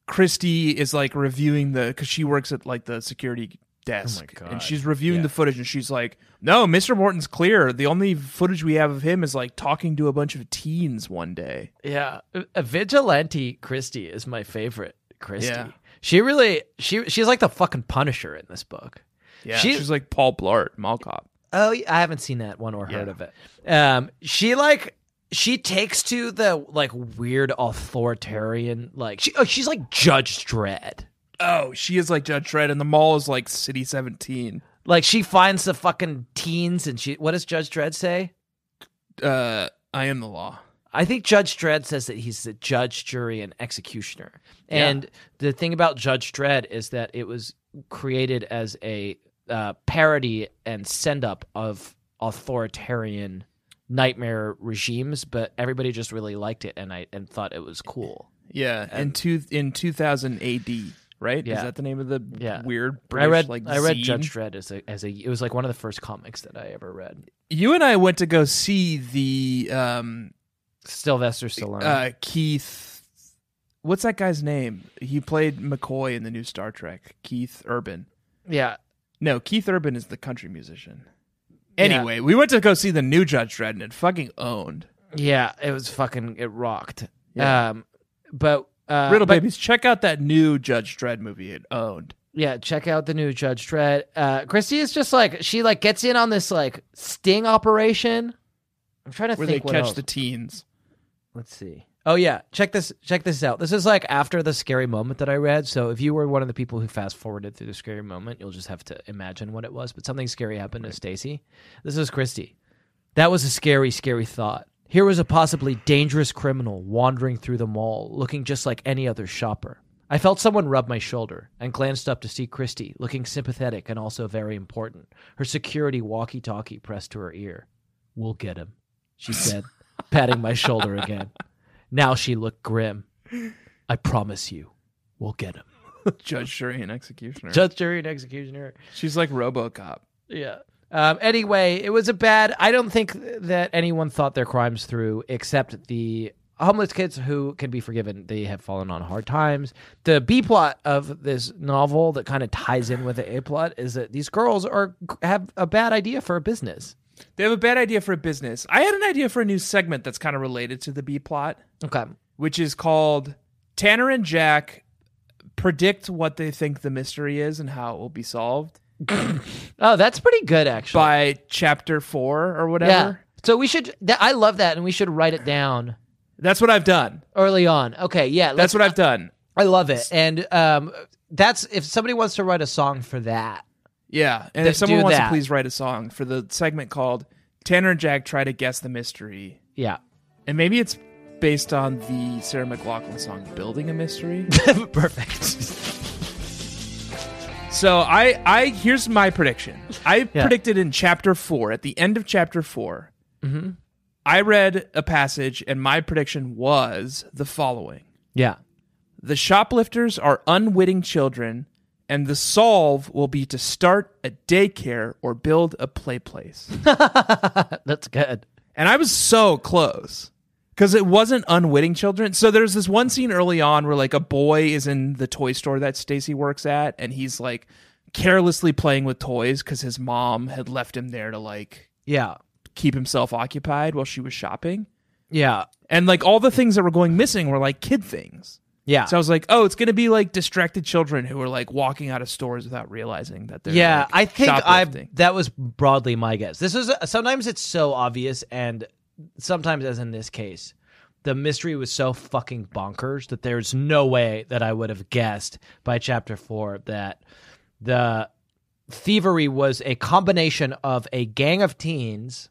Christy is like reviewing the because she works at like the security desk and she's reviewing the footage and she's like, "No, Mr. Morton's clear. The only footage we have of him is like talking to a bunch of teens one day." yeah. A- A vigilante Christie is my favorite. Christie. Yeah. She really she she's like the fucking Punisher in this book. Yeah, She- she's like Paul Blart, mall cop. Oh, yeah, I haven't seen that one or heard of it. Um, she like she takes to the like weird authoritarian like she oh, she's like Judge Dredd. Oh, she is like Judge Dredd, and the mall is like City Seventeen. Like she finds the fucking teens and she what does Judge Dredd say? Uh, I am the law. I think Judge Dredd says that he's the judge, jury, and executioner. And the thing about Judge Dredd is that it was created as a uh, parody and send up of authoritarian nightmare regimes, but everybody just really liked it and I and thought it was cool. Yeah, in two in two thousand A.D. Right? Is Yeah. that the name of the Yeah. weird I British read like I read zine? Judge Dredd as a as a it was like one of the first comics that I ever read. you and I went to go see the um Sylvester Stallone. uh Keith what's that guy's name? He played McCoy in the new Star Trek. Keith Urban. yeah. No, Keith Urban is the country musician. Anyway, we went to go see the new Judge Dredd and it fucking owned. Yeah, it was fucking it rocked. Yeah. Um but uh Riddle but- Babies, check out that new Judge Dredd movie it owned. Yeah, check out the new Judge Dredd. Uh, Christy is just like she like gets in on this like sting operation. I'm trying to Where they think what catch else. the teens. Let's see. Oh yeah, check this check this out. This is like after the scary moment that I read. So if you were one of the people who fast forwarded through the scary moment, you'll just have to imagine what it was. But something scary happened to Stacy. This is Christy. That was a scary, scary thought. Here was a possibly dangerous criminal wandering through the mall, looking just like any other shopper. I felt someone rub my shoulder and glanced up to see Christy, looking sympathetic and also very important, her security walkie talkie pressed to her ear. We'll get him, she said, patting my shoulder again. Now she looked grim. I promise you, we'll get him. Judge Jury and Executioner. Judge, jury, and executioner. She's like RoboCop. Yeah. Um, anyway, it was a bad. I don't think that anyone thought their crimes through, except the homeless kids who can be forgiven. They have fallen on hard times. The B plot of this novel that kind of ties in with the A plot is that these girls are have a bad idea for a business. They have a bad idea for a business. I had an idea for a new segment that's kind of related to the B plot, Okay. which is called Tanner and Jack predict what they think the mystery is and how it will be solved Oh, that's pretty good, actually. by chapter 4 or whatever. Yeah. So we should. That, I love that, and we should write it down That's what I've done. early on. Okay. Yeah. That's let's- uh, what I've done. I love it, and um, that's if somebody wants to write a song for that. Yeah. And Th- if someone do wants to that. please write a song for the segment called Tanner and Jack try to guess the mystery. Yeah. And maybe it's based on the Sarah McLaughlin song Building a Mystery. Perfect. So I, I here's my prediction. I Yeah. predicted in chapter four, at the end of chapter 4 I read a passage, and my prediction was the following: Yeah. the shoplifters are unwitting children, and the solve will be to start a daycare or build a play place. That's good. And I was so close because it wasn't unwitting children. So there's this one scene early on where like a boy is in the toy store that Stacy works at, and he's like carelessly playing with toys because his mom had left him there to like Yeah. keep himself occupied while she was shopping. Yeah. And like all the things that were going missing were like kid things. Yeah. So I was like, oh, it's going to be like distracted children who are like walking out of stores without realizing that they're yeah, like, I think I shoplifting. that was broadly my guess. This was sometimes it's so obvious, and sometimes, as in this case, the mystery was so fucking bonkers that there's no way that I would have guessed by chapter four that the thievery was a combination of a gang of teens,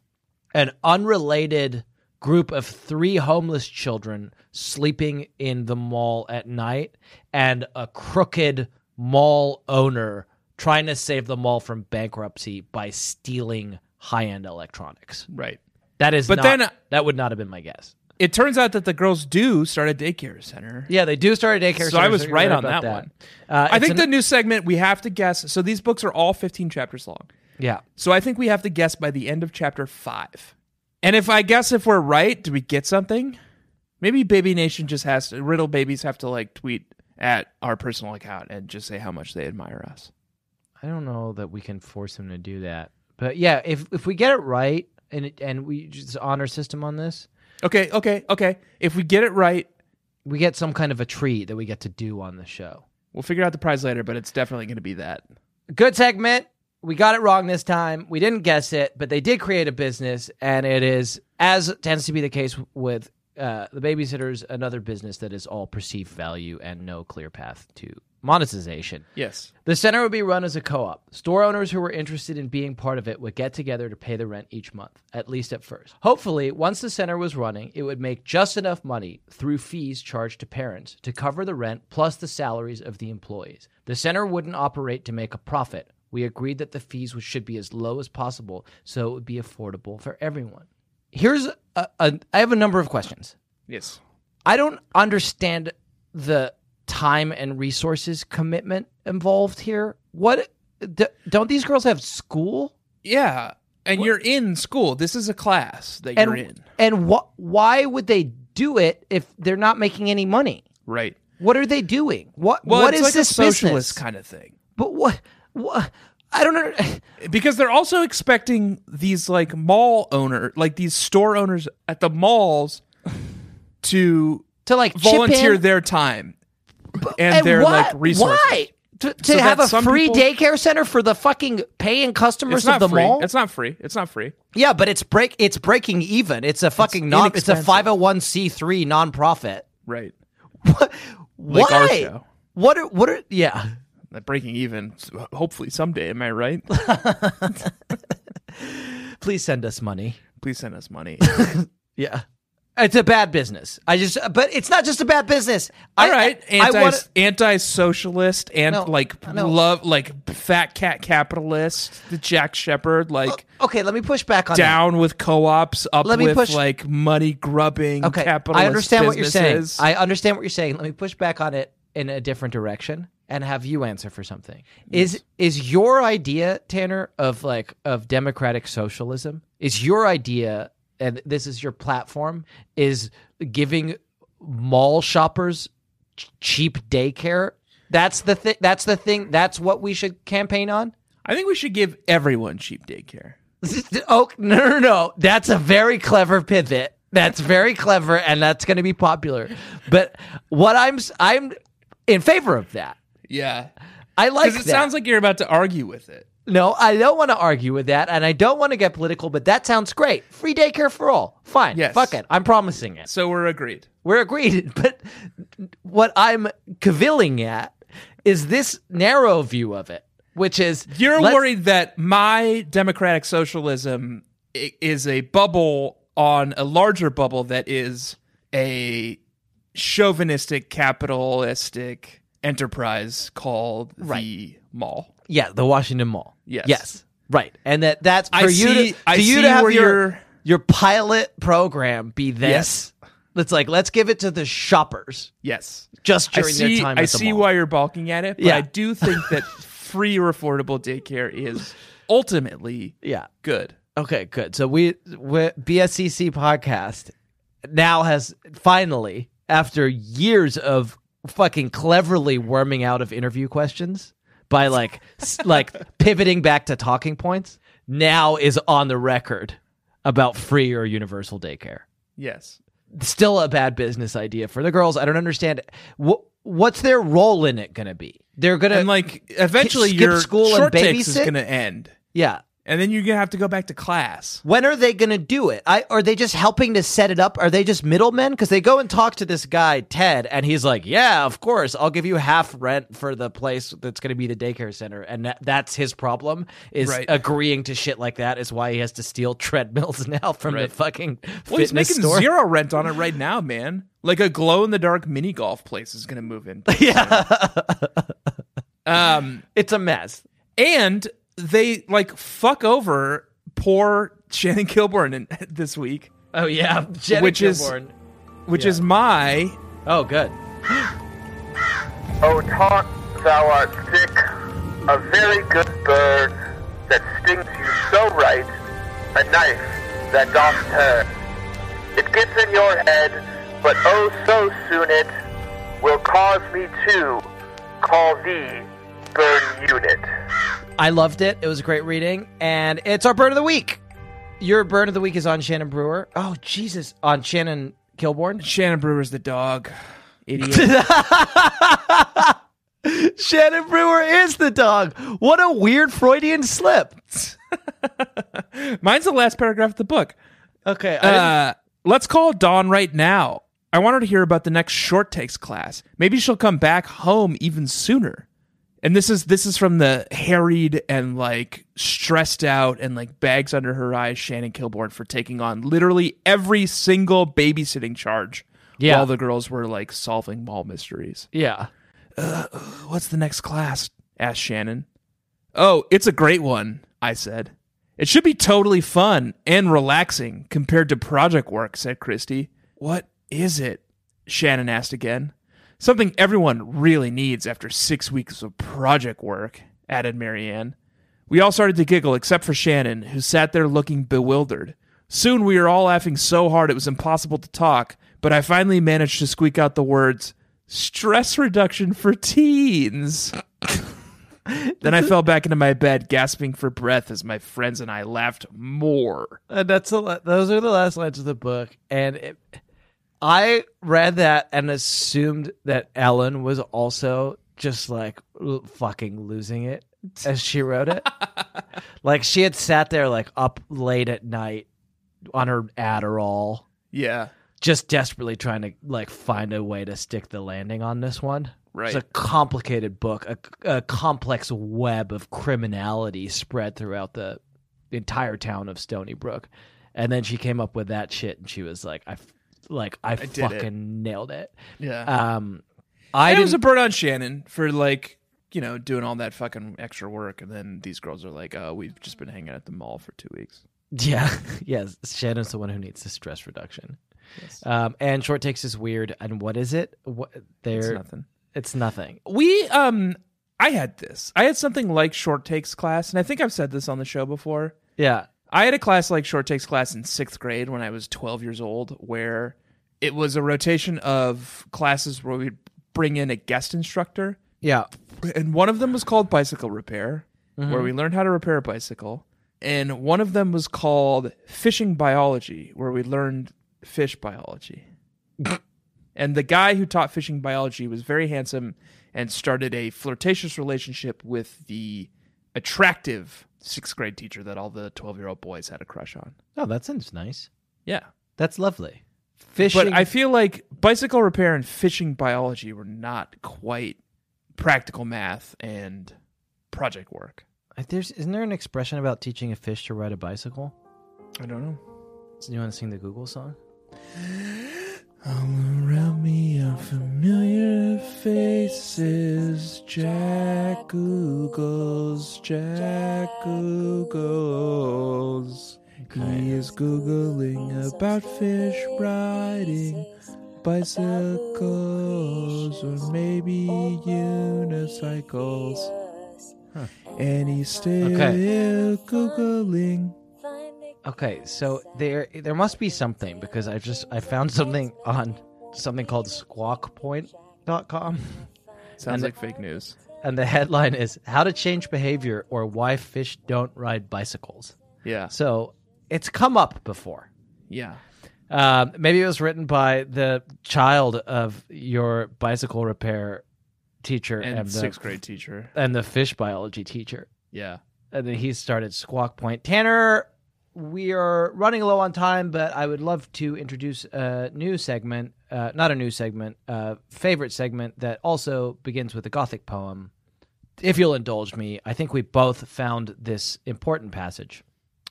an unrelated group of three homeless children sleeping in the mall at night, and a crooked mall owner trying to save the mall from bankruptcy by stealing high end electronics. right. That is But not- then- uh, that would not have been my guess. It turns out that the girls do start a daycare center. Yeah, they do start a daycare. So I center, was you're right on about that one. Uh, I it's think an- the new segment we have to guess. So these books are all 15 chapters long. yeah, So I think we have to guess by the end of chapter five. And if I guess if we're right, do we get something? Maybe Baby Nation just has to, Riddle Babies have to like tweet at our personal account and just say how much they admire us. I don't know that we can force him to do that, but yeah, if if we get it right and it, and we just honor system on this, Okay, okay, okay. If we get it right, we get some kind of a treat that we get to do on the show. we'll figure out the prize later, but it's definitely going to be that. good segment. We got it wrong this time. We didn't guess it, but they did create a business, and it is, as tends to be the case with uh, the babysitters, another business that is all perceived value and no clear path to monetization. Yes. The center would be run as a co op. Store owners who were interested in being part of it would get together to pay the rent each month, at least at first. Hopefully, once the center was running, it would make just enough money through fees charged to parents to cover the rent plus the salaries of the employees. The center wouldn't operate to make a profit. We agreed that the fees would- should be as low as possible so it would be affordable for everyone. Here's a, a I have a number of questions. Yes. I don't understand the time and resources commitment involved here. What d- don't these girls have school? Yeah. And you're in school. This is a class that And you're in. and what? Why would they do it if they're not making any money? Right. What are they doing? What Well, what it's is like this a socialist business? kind of thing. But what what I don't know. because they're also expecting these like mall owner like these store owners at the malls to to like chip volunteer in. their time and, And their why- like resources Why? To, to So have that a some free people- daycare center for the fucking paying customers it's not of the free mall? it's not free it's not free Yeah, but it's break. It's breaking even. It's a fucking non. It's a inexpensive. five hundred one c three nonprofit. right What? Like our Why? show. What are what are yeah? That breaking even so hopefully someday am i right Please send us money. please send us money Yeah, it's a bad business. I just but it's not just a bad business. all I- right I, I anti wanna- anti-socialist and No, like no. love like fat cat capitalist the jack shepherd like okay, let me push back on that. down with co-ops, up Let me with push- like money grubbing Okay, capitalist I understand what you're saying. businesses. I understand what you're saying. Let me push back on it in a different direction and have you answer for something. Is is your idea, Tanner, of like of democratic socialism? Is your idea and this is your platform is giving mall shoppers ch- cheap daycare? That's the thing. That's the thing. That's what we should campaign on. I think we should give everyone cheap daycare. Oh no, no, no! That's a very clever pivot. That's very clever, and that's going to be popular. But what I'm s- I'm in favor of that. Yeah, I like because it that. sounds like you're about to argue with it. no, I don't want to argue with that, and I don't want to get political. But that sounds great. Free daycare for all. Fine. Yes. Fuck it. I'm promising it. So we're agreed. We're agreed. But what I'm cavilling at is this narrow view of it, which is You're let's- worried that my democratic socialism i- is a bubble on a larger bubble that is a chauvinistic capitalistic enterprise called the mall. Yeah, the Washington Mall. Yes. Yes. Right. And that that's for I you see- to, I for you see to have where your you're- your pilot program be this. Yes. It's like let's give it to the shoppers Yes. just I during see. their time I at the see mall. why you're balking at it, but Yeah. I do think that free or affordable daycare is ultimately Yeah. good. Okay, good. So we, we BSCC podcast now has finally after years of fucking cleverly worming out of interview questions by like s- like pivoting back to talking points now is on the record about free or universal daycare. Yes. still a bad business idea for the girls. I don't understand. Wh- what's their role in it going to be? They're going to and like eventually Uh, skip your school and short takes is babysit? going to end, yeah. and then you're going to have to go back to class. When are they going to do it? I, are they just helping to set it up? Are they just middlemen? Because they go and talk to this guy Ted, and he's like, "Yeah, of course, I'll give you half rent for the place that's going to be the daycare center." And that, that's his problem is Right. agreeing to shit like that. Is why he has to steal treadmills now from Right. the fucking Well, fitness he's making store. zero rent on it right now, man. Like a glow in the dark mini golf place is going to move in. yeah, Um, it's a mess. and they like fuck over poor Shannon Kilburn in, this week, Oh yeah, Jenna Which is- Kilbourne. which is my oh good. Oh, talk, thou art sick, a very good bird that stings you so right, a knife that doth turn. It gets in your head, but oh, so soon it will cause me to call thee burn unit. I loved it. It was a great reading, and it's our burn of the week. Your burn of the week is on Shannon Brewer. Oh Jesus, on Shannon Kilborn. Shannon Brewer's the dog, idiot. Shannon Brewer is the dog. What a weird Freudian slip. Mine's the last paragraph of the book. Okay, Uh, let's call Dawn right now. I want her to hear about the next short takes class. Maybe she'll come back home even sooner. And this is this is from the harried and like stressed out and like bags under her eyes Shannon Kilborn for taking on literally every single babysitting charge Yeah. while the girls were like solving mall mysteries. yeah. What's the next class? asked Shannon. Oh, it's a great one, I said. It should be totally fun and relaxing compared to project work, said Christy. What is it? Shannon asked again. Something everyone really needs after six weeks of project work, added Marianne. We all started to giggle except for Shannon, who sat there looking bewildered. Soon we were all laughing so hard it was impossible to talk, but I finally managed to squeak out the words, stress reduction for teens. then I fell back into my bed, gasping for breath as my friends and I laughed more. And Uh, that's the la- those are the last lines of the book, and it, I read that and assumed that Ellen was also just like l- fucking losing it as she wrote it. like she had sat there like up late at night on her Adderall, Yeah. just desperately trying to like find a way to stick the landing on this one. Right. It's a complicated book, a, a complex web of criminality spread throughout the entire town of Stony Brook. And then she came up with that shit, and she was like, "I, f- like, I, did it. fucking nailed it." Yeah. Um, I it was a didn't- burn on Shannon for like, you know, doing all that fucking extra work. And then these girls are like, oh, we've just been hanging at the mall for two weeks. yeah, yes. Shannon's the one who needs the stress reduction. Um, and short takes is weird. And what is it? What they're It's nothing. It's nothing. We um I had this. I had something like short takes class, and I think I've said this on the show before. Yeah, I had a class like short takes class in sixth grade when I was 12 years old, where it was a rotation of classes where we'd bring in a guest instructor. yeah. And one of them was called bicycle repair, where we learned how to repair a bicycle. And one of them was called fishing biology, where we learned fish biology. and the guy who taught fishing biology was very handsome and started a flirtatious relationship with the attractive sixth grade teacher that all the 12 year old boys had a crush on. Oh, that sounds nice. Yeah. That's lovely. Fishing. But I feel like bicycle repair and fishing biology were not quite practical math and project work. If There's isn't there an expression about teaching a fish to ride a bicycle? I don't know. So you want to sing the Google song? All around me are familiar faces. Jack Googles, Jack Googles. He is Googling about fish riding bicycles or maybe unicycles. And he's still Googling. Okay, so there there must be something because I just I found something on something called squawkpoint.com Sounds like fake news. and the headline is how to change behavior or why fish don't ride bicycles. Yeah. So, it's come up before. Yeah. Um, maybe it was written by the child of your bicycle repair teacher and, uh, and, the, sixth grade teacher. and the fish biology teacher. Yeah. And then he started Squawk Point. Tanner, we are running low on time, but I would love to introduce a new segment, uh, not a new segment, uh, favorite segment that also begins with a Gothic poem. If you'll indulge me, I think we both found this important passage,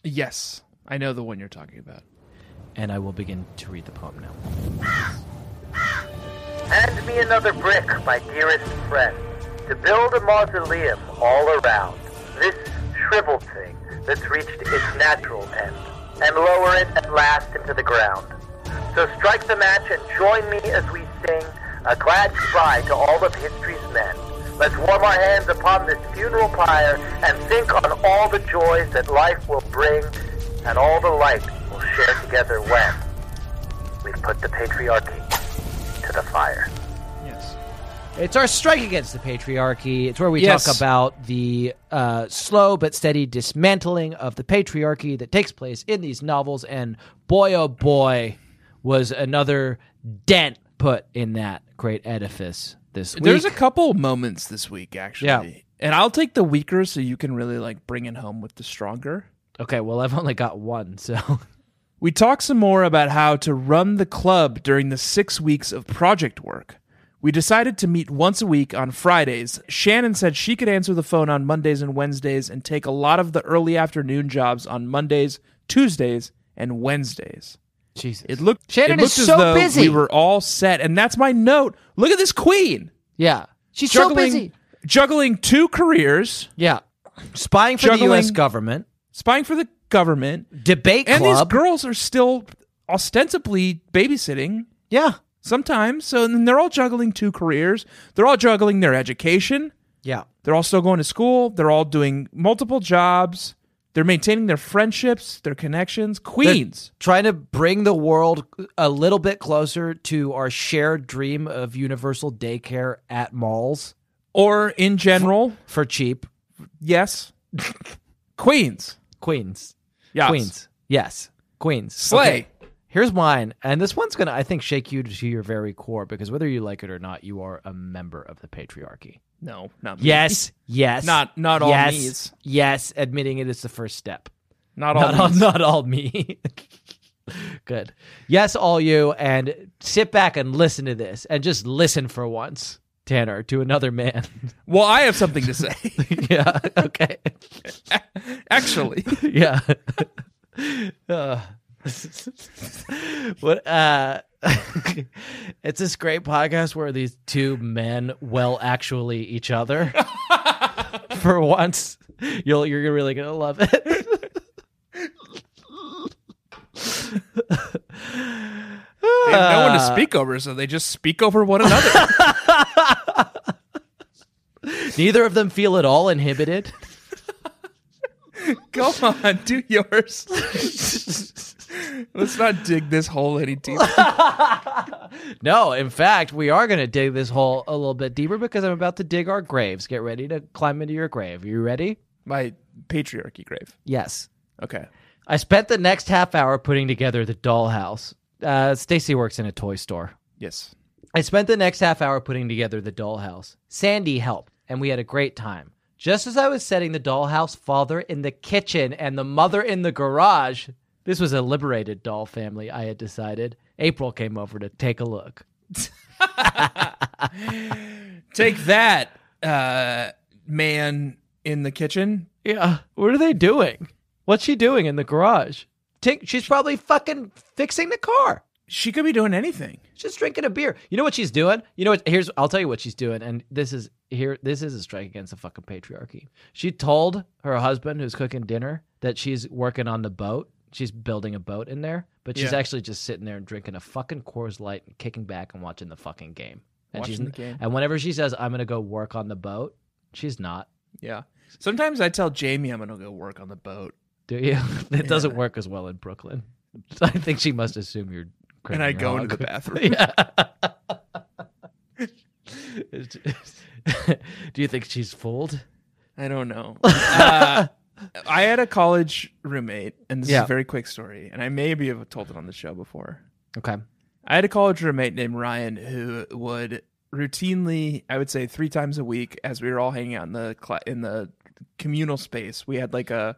Yes, I know the one you're talking about. and I will begin to read the poem now. Hand me another brick, my dearest friend, to build a mausoleum all around this shriveled thing that's reached its natural end, and lower it at last into the ground. So strike the match and join me as we sing a glad cry to all of history's men. Let's warm our hands upon this funeral pyre and think on all the joys that life will bring and all the light we'll share together when we've put the patriarchy to the fire. Yes. It's our strike against the patriarchy. It's where we Yes. talk about the uh, slow but steady dismantling of the patriarchy that takes place in these novels. And boy, oh boy, was another dent put in that great edifice this week. There's a couple moments this week actually. Yeah. And I'll take the weaker so you can really like bring it home with the stronger. okay, well, I've only got one, so We talk some more about how to run the club during the six weeks of project work. We decided to meet once a week on Fridays. Shannon said she could answer the phone on Mondays and Wednesdays and take a lot of the early afternoon jobs on Mondays, Tuesdays, and Wednesdays. Jesus. It looked Shannon it looked is as so though busy. we were all set, and that's my note. Look at this queen yeah, she's juggling juggling two careers, Yeah, spying for the Juggling- U.S. government, spying for the government, debate and these club. girls are still ostensibly babysitting yeah, sometimes. So and then they're all juggling two careers. They're all juggling their education. yeah. They're all still going to school. They're all doing multiple jobs. They're maintaining their friendships, their connections. Queens. trying to bring the world a little bit closer to our shared dream of universal daycare at malls or in general, for cheap. yes. Queens. Queens. Yes. Queens. Yes. Queens. Slay. Okay, Here's mine. And this one's going to, I think, shake you to your very core because whether you like it or not, you are a member of the patriarchy. No, not me. Yes. Yes. Not- not all yes, me's. Yes. Admitting it is the first step. Not all. Not all, me's. not all me. Good. Yes, all you. And sit back and listen to this and just listen for once, Tanner, to another man. Well, I have something to say. yeah. Okay. Actually, yeah. Uh, what? Uh, it's this great podcast where these two men well actually each other. for once, you'll you're really gonna love it. they have no Uh. one to speak over, so they just speak over one another. Neither of them feel at all inhibited. Go on, do yours. Let's not dig this hole any deeper. No, in fact, we are going to dig this hole a little bit deeper because I'm about to dig our graves. Get ready to climb into your grave. You ready? My patriarchy grave. Yes. Okay. I spent the next half hour putting together the dollhouse. Uh, Stacy works in a toy store. Yes. I spent the next half hour putting together the dollhouse. Sandy helped, and we had a great time. Just as I was setting the dollhouse, father in the kitchen and the mother in the garage, this was a liberated doll family, I had decided. April came over to take a look. Take that, uh, man in the kitchen. Yeah. What are they doing? What's she doing in the garage? Tink, she's probably fucking fixing the car. She could be doing anything. She's drinking a beer. You know what she's doing? You know what? Here's I'll tell you what she's doing. And this is here. This is a strike against the fucking patriarchy. She told her husband, who's cooking dinner, that she's working on the boat. She's building a boat in there, but she's Yeah. actually just sitting there and drinking a fucking Coors Light and kicking back and watching the fucking game. And Watching she's, the game. And whenever she says, "I'm gonna go work on the boat," she's not. Yeah. Sometimes I tell Jamie I'm gonna go work on the boat, Do you? It doesn't work as well in Brooklyn. I think she must assume you're. and I go into hog. the bathroom. Yeah. Do you think she's fooled? I don't know. Uh, I had a college roommate, and this is Yeah. a very quick story, and I maybe have told it on the show before. Okay. I had a college roommate named Ryan who would routinely, I would say three times a week, as we were all hanging out in the cla in the communal space. We had like a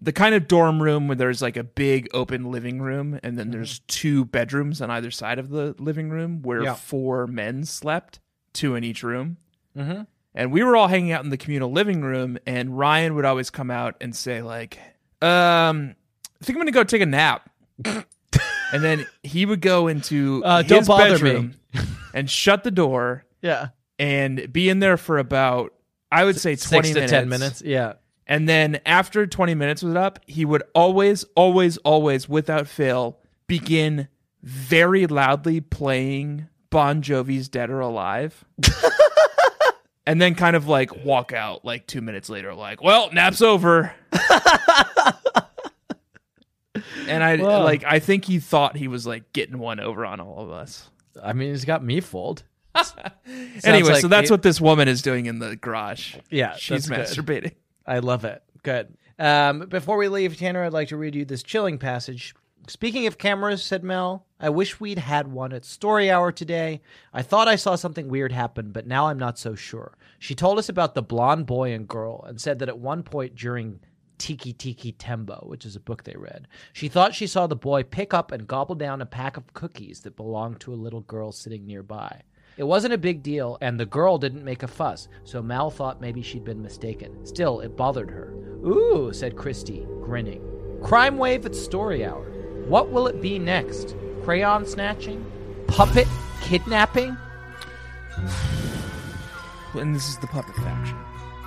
the kind of dorm room where there's like a big open living room, and then there's two bedrooms on either side of the living room where Yeah. four men slept, two in each room. Mhm. And we were all hanging out in the communal living room, and Ryan would always come out and say like, um, "I think I'm gonna go take a nap." and then he would go into Uh, his don't bother bedroom and shut the door Yeah. and be in there for about I would say twenty Six to minutes. ten minutes. Yeah. And then after twenty minutes was up, he would always, always, always, without fail, begin very loudly playing Bon Jovi's "Dead or Alive." And then kind of like walk out like two minutes later, like, well, nap's over. and I Whoa. like I think he thought he was like getting one over on all of us. I mean, he's got me fooled. anyway, like so that's you- what this woman is doing in the garage. Yeah, she's that's good. masturbating. I love it. Good. Um, before we leave, Tanner, I'd like to read you this chilling passage. Speaking of cameras, said Mel, I wish we'd had one at story hour today. I thought I saw something weird happen, but now I'm not so sure. She told us about the blonde boy and girl and said that at one point during Tiki Tiki Tembo, which is a book they read, she thought she saw the boy pick up and gobble down a pack of cookies that belonged to a little girl sitting nearby. It wasn't a big deal, and the girl didn't make a fuss, so Mal thought maybe she'd been mistaken. Still, it bothered her. Ooh, said Christy, grinning. Crime wave at story hour. What will it be next? Crayon snatching? Puppet kidnapping? And this is the puppet faction.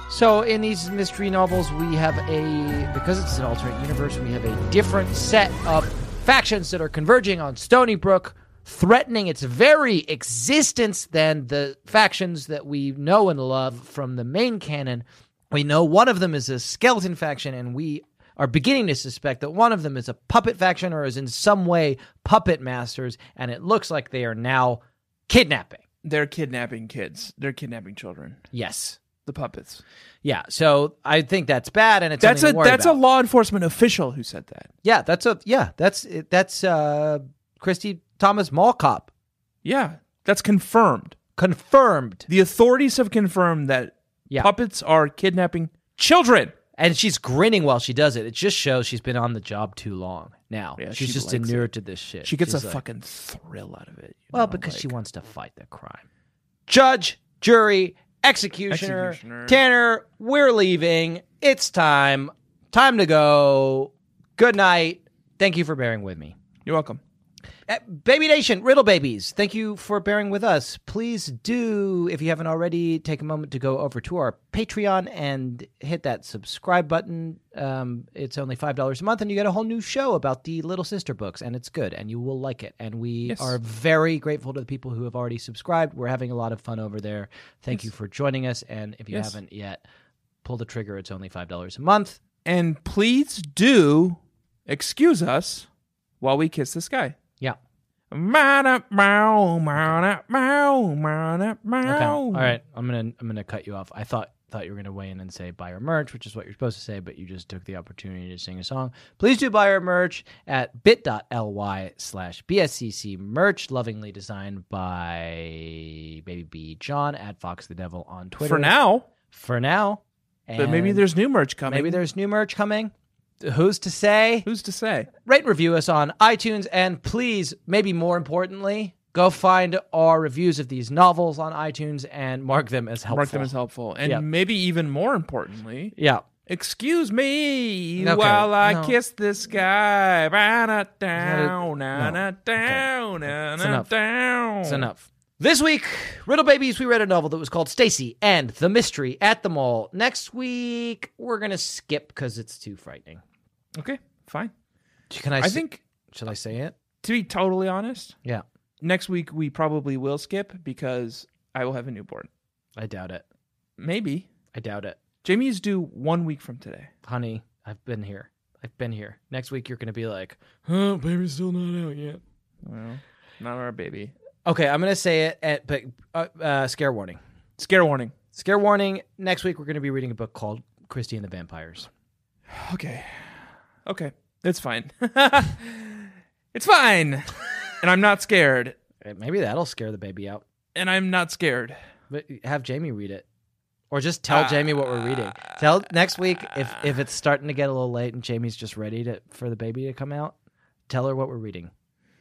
So in these mystery novels, we have a because it's an alternate universe, we have a different set of factions that are converging on Stony Brook, threatening its very existence than the factions that we know and love from the main canon. We know one of them is a skeleton faction, and we are beginning to suspect that one of them is a puppet faction or is in some way puppet masters, and it looks like they are now kidnapping. They're kidnapping kids. They're kidnapping children. Yes. The puppets. Yeah, so I think that's bad, and it's That's a something to worry that's about. a law enforcement official who said that. Yeah, that's a yeah, that's that's uh Christy Thomas Mall cop Yeah, that's confirmed. confirmed. The authorities have confirmed that Yeah. puppets are kidnapping children. And she's grinning while she does it. It just shows she's been on the job too long now. Yeah, she's she just likes inured to this shit. She gets She's a like, fucking thrill out of it. you Well, know, because she like- wants to fight the crime. Judge, jury, executioner, Executioner. Tanner, we're leaving. It's time. Time to go. Good night. Thank you for bearing with me. You're welcome. Uh, Baby Nation, Riddle Babies, thank you for bearing with us. Please do, if you haven't already, take a moment to go over to our Patreon and hit that subscribe button. Um, it's only $5 a month, and you get a whole new show about the Little Sister books, and it's good, and you will like it. And we are very grateful to the people who have already subscribed. We're having a lot of fun over there. Thank you for joining us. And if you Yes. haven't yet, pull the trigger. It's only $5 a month. And please do excuse us while we kiss this guy. Yeah. Mow, mow, mow, mow, mow, Okay. mow. All right. I'm gonna I'm gonna cut you off. I thought thought you were gonna weigh in and say buy our merch, which is what you're supposed to say, but you just took the opportunity to sing a song. Please do buy our merch at bit.ly slash BSCC merch, lovingly designed by Baby B John at Fox the Devil on Twitter. For now, For now. but maybe And there's new merch coming. maybe there's new merch coming. Who's to say? Who's to say? rate and review us on iTunes, and please, maybe more importantly, go find our reviews of these novels on iTunes and mark them as helpful. Mark them as helpful, and Yeah. maybe even more importantly, Yeah. excuse me Okay, while I no. kiss this guy. Ba-na down, no, na-na okay. down, na-na enough. down. That's enough. This week, Riddle Babies, we read a novel that was called Stacy and the Mystery at the Mall. Next week, we're going to skip because it's too frightening. Okay, fine. Can I, I s- think, should I say it? to be totally honest, Yeah, next week we probably will skip because I will have a newborn. I doubt it. Maybe I doubt it. Jamie's due one week from today. Honey, I've been here. I've been here. Next week, you're going to be like, huh, baby's still not out yet. Well, not our baby. Okay, I'm going to say it, at, but uh, uh, scare warning. Scare warning. Scare warning. Next week, we're going to be reading a book called Christie and the Vampires. Okay. Okay. It's fine. it's fine. And I'm not scared. Uh, Maybe that'll scare the baby out. And I'm not scared. But have Jamie read it, or just tell Jamie what we're reading. Tell next week if if it's starting to get a little late and Jamie's just ready to for the baby to come out. Tell her what we're reading,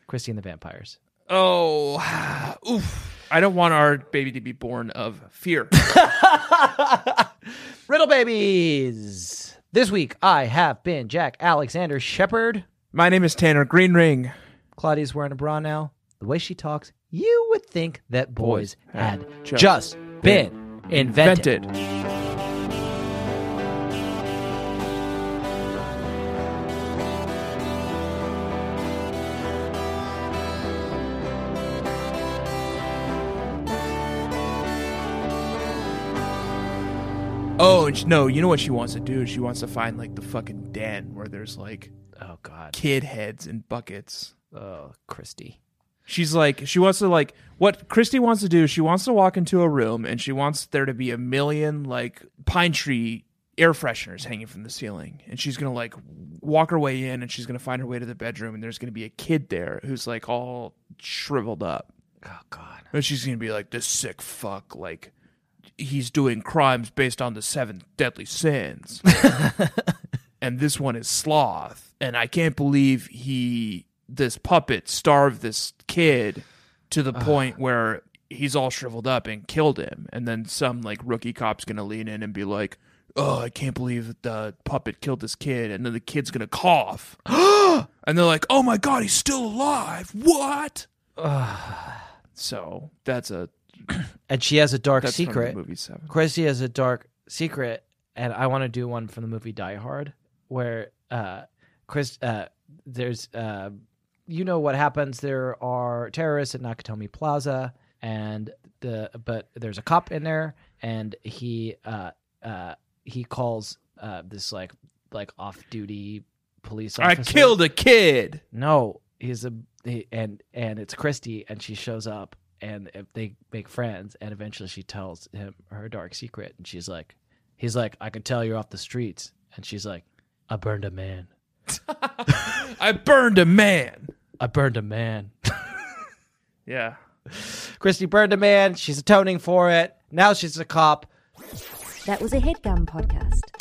Christie and the Vampires. Oh, oof. I don't want our baby to be born of fear. Riddle babies. This week I have been Jack Alexander Shepard. My name is Tanner Green Ring. Claudia's wearing a bra now. The way she talks, you would think that boys had just just been invented. Vented. Oh, and sh- no, you know what she wants to do? She wants to find like the fucking den where there's like Oh God. kid heads and buckets. Oh Christy. She's like, she wants to like what Christy wants to do. She wants to walk into a room and she wants there to be a million like pine tree air fresheners hanging from the ceiling. And she's gonna like walk her way in and she's gonna find her way to the bedroom and there's gonna be a kid there who's like all shriveled up. Oh God. And she's gonna be like, this sick fuck, like he's doing crimes based on the seven deadly sins. and this one is sloth. And I can't believe he this puppet starved this kid to the point where he's all shriveled up and killed him. And then some like rookie cop's gonna lean in and be like, Oh, I can't believe that the puppet killed this kid, and then the kid's gonna cough. and they're like, Oh my god, he's still alive. What? So that's a And she has a dark that's secret. From the movie seven. Christy has a dark secret, and I want to do one from the movie Die Hard, where uh, Chris, uh, there's, uh, you know what happens? There are terrorists at Nakatomi Plaza, and the but there's a cop in there, and he uh, uh, he calls uh, this like like off duty police I officer. killed a kid. No, he's a he, and and it's Christy, and she shows up, and if they make friends, and eventually she tells him her dark secret, and she's like, he's like, I can tell you're off the streets, and she's like, I burned a man, I burned a man. I burned a man. Yeah. Christy burned a man. She's atoning for it. Now she's a cop. That was a headgum podcast.